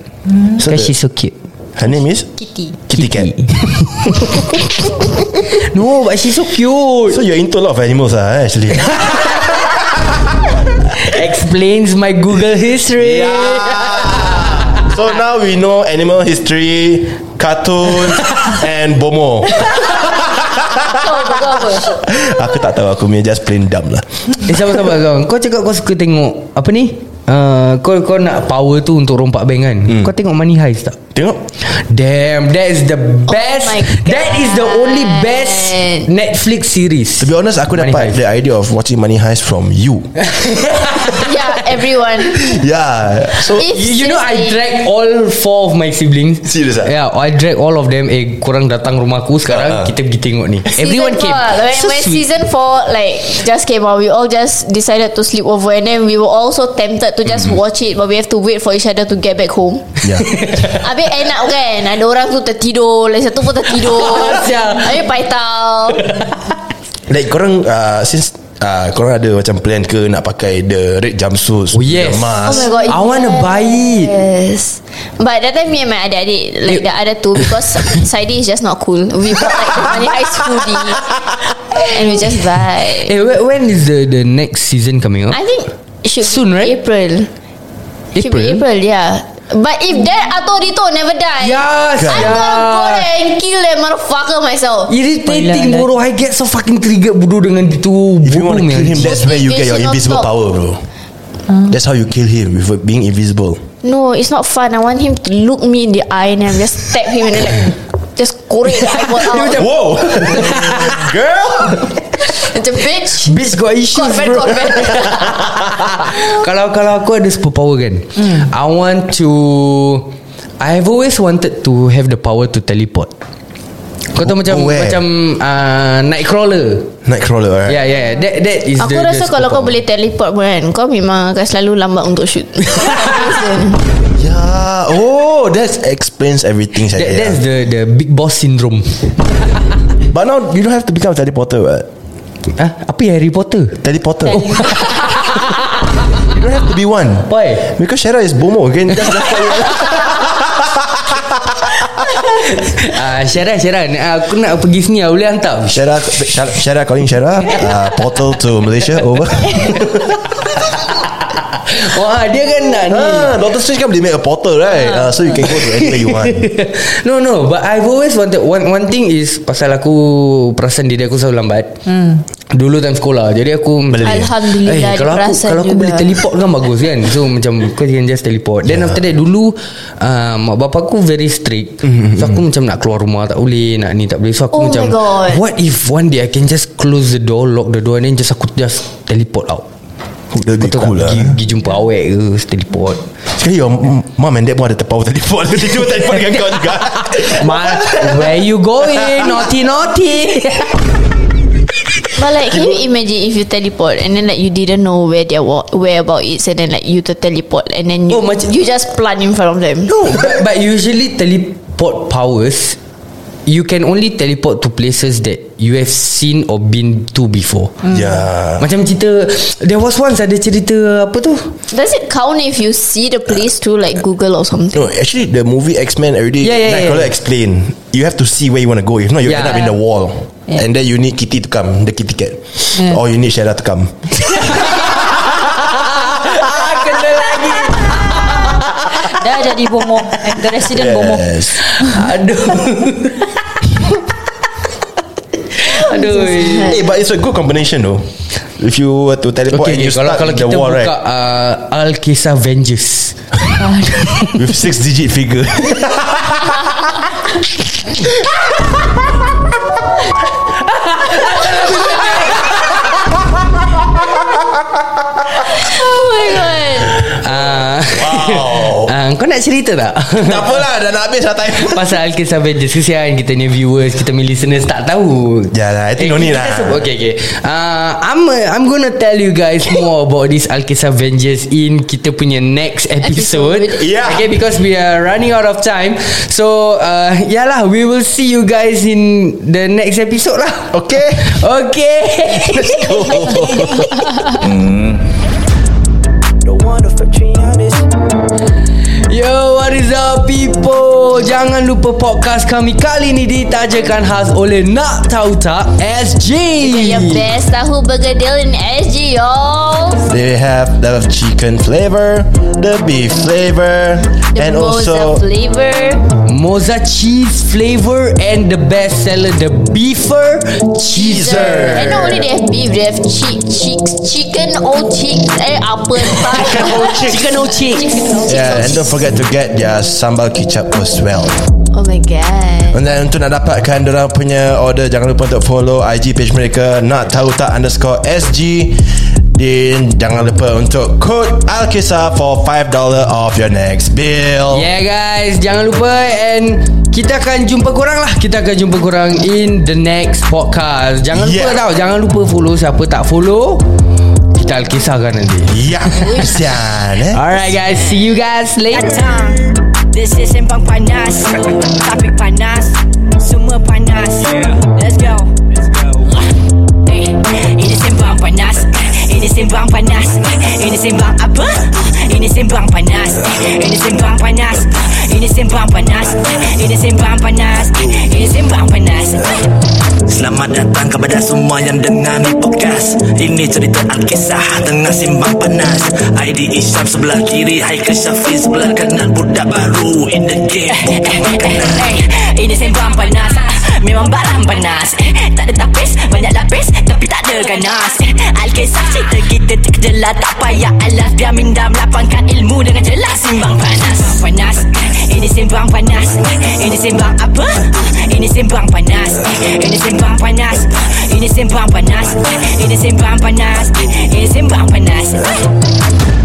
[SPEAKER 2] So the-
[SPEAKER 1] Because she's so cute.
[SPEAKER 2] Her name is
[SPEAKER 6] Kitty.
[SPEAKER 2] Kitty Cat.
[SPEAKER 1] no, but she's so cute.
[SPEAKER 2] So you're into a lot of animals lah, eh, actually.
[SPEAKER 1] Explains my Google history.
[SPEAKER 2] so now we know animal history, cartoon, and bomo. aku tak tahu, aku punya just plain dumb lah.
[SPEAKER 1] Eh sabar-sabar kau Kau cakap kau suka tengok Apa ni uh, Kau kau nak power tu Untuk rompak bank kan
[SPEAKER 2] Hmm.
[SPEAKER 1] Kau tengok Money Heist tak
[SPEAKER 2] Tengok.
[SPEAKER 1] Damn That is the best
[SPEAKER 3] my
[SPEAKER 1] That is the only best
[SPEAKER 3] God.
[SPEAKER 1] Netflix series
[SPEAKER 2] To be honest, aku
[SPEAKER 1] Money
[SPEAKER 2] dapat
[SPEAKER 1] Heist.
[SPEAKER 2] the idea of watching Money Heist from you.
[SPEAKER 3] Yeah everyone
[SPEAKER 2] yeah. So
[SPEAKER 3] If
[SPEAKER 1] You, you know I
[SPEAKER 3] seriously-
[SPEAKER 1] drag all four of my siblings
[SPEAKER 2] Serious ah?
[SPEAKER 1] Yeah I drag all of them Eh korang datang rumah aku Sekarang kita pergi tengok ni Everyone
[SPEAKER 3] season
[SPEAKER 1] came
[SPEAKER 3] four, When,
[SPEAKER 1] So
[SPEAKER 3] when
[SPEAKER 1] sweet.
[SPEAKER 3] season 4 like just came out, we all just decided to sleep over, and then we were also tempted to just
[SPEAKER 1] Mm-hmm.
[SPEAKER 3] watch it, but we have to wait for each other to get back home.
[SPEAKER 2] yeah.
[SPEAKER 3] Habis enak kan Ada orang tu tertidur Lain satu pun tertidur
[SPEAKER 1] Sial.
[SPEAKER 3] Habis paital
[SPEAKER 2] Like korang uh, Since uh, Korang ada macam plan ke Nak pakai the red jumpsuit
[SPEAKER 1] Oh, yes.
[SPEAKER 2] The
[SPEAKER 3] Oh
[SPEAKER 2] mask
[SPEAKER 3] my god
[SPEAKER 1] I wanna buy it.
[SPEAKER 3] Yes But that time me and my adik-adik Like the other two Because Saidi is just not cool We bought like the money ice foodie And we just buy
[SPEAKER 1] Eh wh- when is the the next season coming
[SPEAKER 3] I
[SPEAKER 1] out
[SPEAKER 3] think it should
[SPEAKER 1] Soon,
[SPEAKER 3] be
[SPEAKER 1] right?
[SPEAKER 3] April Should
[SPEAKER 1] April
[SPEAKER 3] be April yeah But if that Ato Rito never die
[SPEAKER 1] Yes
[SPEAKER 3] I'm gonna go there and kill that motherfucker myself
[SPEAKER 1] Irritating
[SPEAKER 6] Alah,
[SPEAKER 1] bodoh I get so fucking triggered bodoh Dengan dia tu
[SPEAKER 2] If you want to
[SPEAKER 1] bodoh
[SPEAKER 2] kill him That's where you get your invisible
[SPEAKER 3] Motivation on top. Hmm.
[SPEAKER 2] power bro That's how you kill him With being invisible
[SPEAKER 3] No, it's not fun. I want him to look me in the eye and then just stab him and then like just korek the eyeball out.
[SPEAKER 2] Wow Girl
[SPEAKER 3] Macam bitch.
[SPEAKER 1] Bitch got issues
[SPEAKER 3] Convent,
[SPEAKER 1] bro
[SPEAKER 3] convent.
[SPEAKER 1] Kalau kalau aku ada superpower kan
[SPEAKER 3] Hmm.
[SPEAKER 1] I want to I've always wanted to have the power to teleport Kau tahu
[SPEAKER 2] Go-
[SPEAKER 1] macam
[SPEAKER 2] go where?
[SPEAKER 1] Macam uh, Nightcrawler
[SPEAKER 2] Nightcrawler alright
[SPEAKER 1] Yeah yeah That that is
[SPEAKER 3] Aku
[SPEAKER 1] the
[SPEAKER 3] rasa
[SPEAKER 1] the
[SPEAKER 3] kalau kau
[SPEAKER 1] superpower.
[SPEAKER 3] boleh teleport pun kan Kau memang akan selalu lambat untuk shoot
[SPEAKER 2] yeah. Oh That explains everything
[SPEAKER 1] That,
[SPEAKER 2] Syed,
[SPEAKER 1] That's
[SPEAKER 2] yeah.
[SPEAKER 1] the the big boss syndrome
[SPEAKER 2] But now You don't have to become a teleporter what?
[SPEAKER 1] Ah, Apa ya Harry Potter
[SPEAKER 2] Teleporter oh. You don't have to be one
[SPEAKER 1] Why?
[SPEAKER 2] Because Shara is bomo again
[SPEAKER 1] Ah, Syarah Syarah ah, Aku nak pergi sini ah, Boleh hantar
[SPEAKER 2] Shara, Shara, Shara calling Shara uh, Portal to Malaysia Over
[SPEAKER 1] Wah dia kan nak ni
[SPEAKER 2] Ah, Doctor Strange kan boleh make a portal right uh, So you can go to anywhere you want
[SPEAKER 1] No no But I've always wanted One one thing is Pasal aku Perasan diri aku selalu lambat Dulu time sekolah Jadi aku
[SPEAKER 3] Hmm.
[SPEAKER 1] Eh,
[SPEAKER 3] Alhamdulillah,
[SPEAKER 1] Kalau aku,
[SPEAKER 3] diperasan
[SPEAKER 1] kalau aku
[SPEAKER 3] juga.
[SPEAKER 1] boleh teleport kan bagus kan So macam Kau can just teleport
[SPEAKER 2] Ya.
[SPEAKER 1] Then after that dulu uh, Mak bapak aku very strict
[SPEAKER 2] Hmm,
[SPEAKER 1] So aku macam nak keluar rumah Tak boleh Nak ni tak boleh So aku
[SPEAKER 3] Oh my
[SPEAKER 1] macam
[SPEAKER 3] God.
[SPEAKER 1] What if one day I can just close the door Lock the door And then just aku just Teleport out
[SPEAKER 2] That'd be
[SPEAKER 1] Kau tahu
[SPEAKER 2] cool
[SPEAKER 1] tak
[SPEAKER 2] lah
[SPEAKER 1] pergi, pergi jumpa awek ke Teleport
[SPEAKER 2] Sekali your mom and dad pun ada terpower telefon Dia cuma telefon dengan kau juga
[SPEAKER 1] Ma, Where you going Naughty naughty
[SPEAKER 3] But like can you imagine if you teleport And then like you didn't know where their wa- whereabout is And then like you to teleport And then you
[SPEAKER 1] Oh, macam-
[SPEAKER 3] you just plant in front of them
[SPEAKER 1] No, but, but usually teleport powers, you can only teleport to places that you have seen or been to before.
[SPEAKER 2] Yeah
[SPEAKER 1] Macam cerita There was once ada cerita Apa tu
[SPEAKER 3] Does it count if you see the place through like Google or something?
[SPEAKER 2] No, actually the movie X-Men already
[SPEAKER 1] Yeah, yeah,
[SPEAKER 2] Nightcrawler
[SPEAKER 1] yeah.
[SPEAKER 2] explain You have to see where you want to go If not you
[SPEAKER 1] Yeah.
[SPEAKER 2] end up in the wall And then you need Kitty to come The kitty cat Or you need Shara to come
[SPEAKER 1] Ah kena lagi
[SPEAKER 6] Dah jadi bomo. The resident bomo.
[SPEAKER 2] Yes
[SPEAKER 1] Aduh Aduh
[SPEAKER 2] Eh but it's a good combination though If you were to teleport
[SPEAKER 1] Okay,
[SPEAKER 2] And you
[SPEAKER 1] okay kalau,
[SPEAKER 2] stuck
[SPEAKER 1] kalau
[SPEAKER 2] in the
[SPEAKER 1] kita
[SPEAKER 2] wall
[SPEAKER 1] buka
[SPEAKER 2] right
[SPEAKER 1] uh, Alkisah Avengers
[SPEAKER 2] With six digit figure
[SPEAKER 1] Ah.
[SPEAKER 2] Oh.
[SPEAKER 1] nak cerita tak?
[SPEAKER 2] Tak apalah Dah nak habis lah time
[SPEAKER 1] Pasal Alkis Avengers Kesian kita ni viewers Kita ni listeners tak tahu
[SPEAKER 2] Yalah, I think no need
[SPEAKER 1] Eh, kita
[SPEAKER 2] lah.
[SPEAKER 1] sebut- Okay okay uh, I'm, I'm gonna tell you guys More about this Alkis Avengers In kita punya next episode,
[SPEAKER 6] Episode.
[SPEAKER 2] Yeah.
[SPEAKER 1] Okay because we are running out of time So uh, Yalah we will see you guys In the next episode lah
[SPEAKER 2] Okay
[SPEAKER 1] Okay
[SPEAKER 2] Let's go
[SPEAKER 1] Yo, what is up people? Jangan lupa podcast kami kali ni ditajakan khas oleh Nak Tahu Tak SG.
[SPEAKER 3] Your best tahu bergedil in SG y'all
[SPEAKER 2] They have the chicken flavor The beef flavor
[SPEAKER 3] The
[SPEAKER 2] And
[SPEAKER 3] moza
[SPEAKER 2] also
[SPEAKER 3] flavor
[SPEAKER 1] Moza cheese flavor and the best seller the beefer cheeser.
[SPEAKER 3] And not only they have beef They have cheek, cheeks Chicken or cheeks Eh apa entah Chicken or cheeks Chicken or cheeks
[SPEAKER 2] Yeah, and don't forget to get their sambal kicap as well.
[SPEAKER 3] Oh my god
[SPEAKER 2] And then untuk nak dapatkan orang punya order, jangan lupa untuk follow IG page mereka nak tahu tak underscore SG. Dan jangan lupa untuk kod Alkisah for $5 off your next bill.
[SPEAKER 1] Yeah guys, jangan lupa and kita akan jumpa korang lah. Kita akan jumpa korang in the next podcast. Jangan
[SPEAKER 2] Yeah.
[SPEAKER 1] lupa tau, jangan lupa follow siapa tak follow. Kita alkisahkan nanti.
[SPEAKER 2] Ya, kesian eh.
[SPEAKER 1] Alright guys, see you guys later.
[SPEAKER 4] datang This is sembang panas Topik panas Semua panas Let's go Eh, Ini sembang panas Ini sembang panas Ini sembang apa? Ini sembang panas Ini sembang panas Ini sembang panas Ini sembang panas Ini sembang panas
[SPEAKER 5] Selamat datang kepada semua yang dengar ni podcast Ini cerita Alkisah tengah simbang panas ID Isyam sebelah kiri Haikal Syafiq sebelah kanan Budak baru in the game Bukan makanan
[SPEAKER 4] Eh, Ini sembang panas Ah, Memang barang panas Eh, Tak ada tapis Banyak lapis Tapi tak ada ganas Eh, Alkisah cerita kita terkejelah Tak payah alas Biar minda melapangkan ilmu Dengan jelas Simbang panas Sembang Panas Eh, Ini sembang panas Eh, Ini sembang apa? Ah, Ini sembang panas Eh, Ini sembang panas Ah, Ini sembang panas Eh, Ini sembang panas Eh, Ini sembang panas Eh.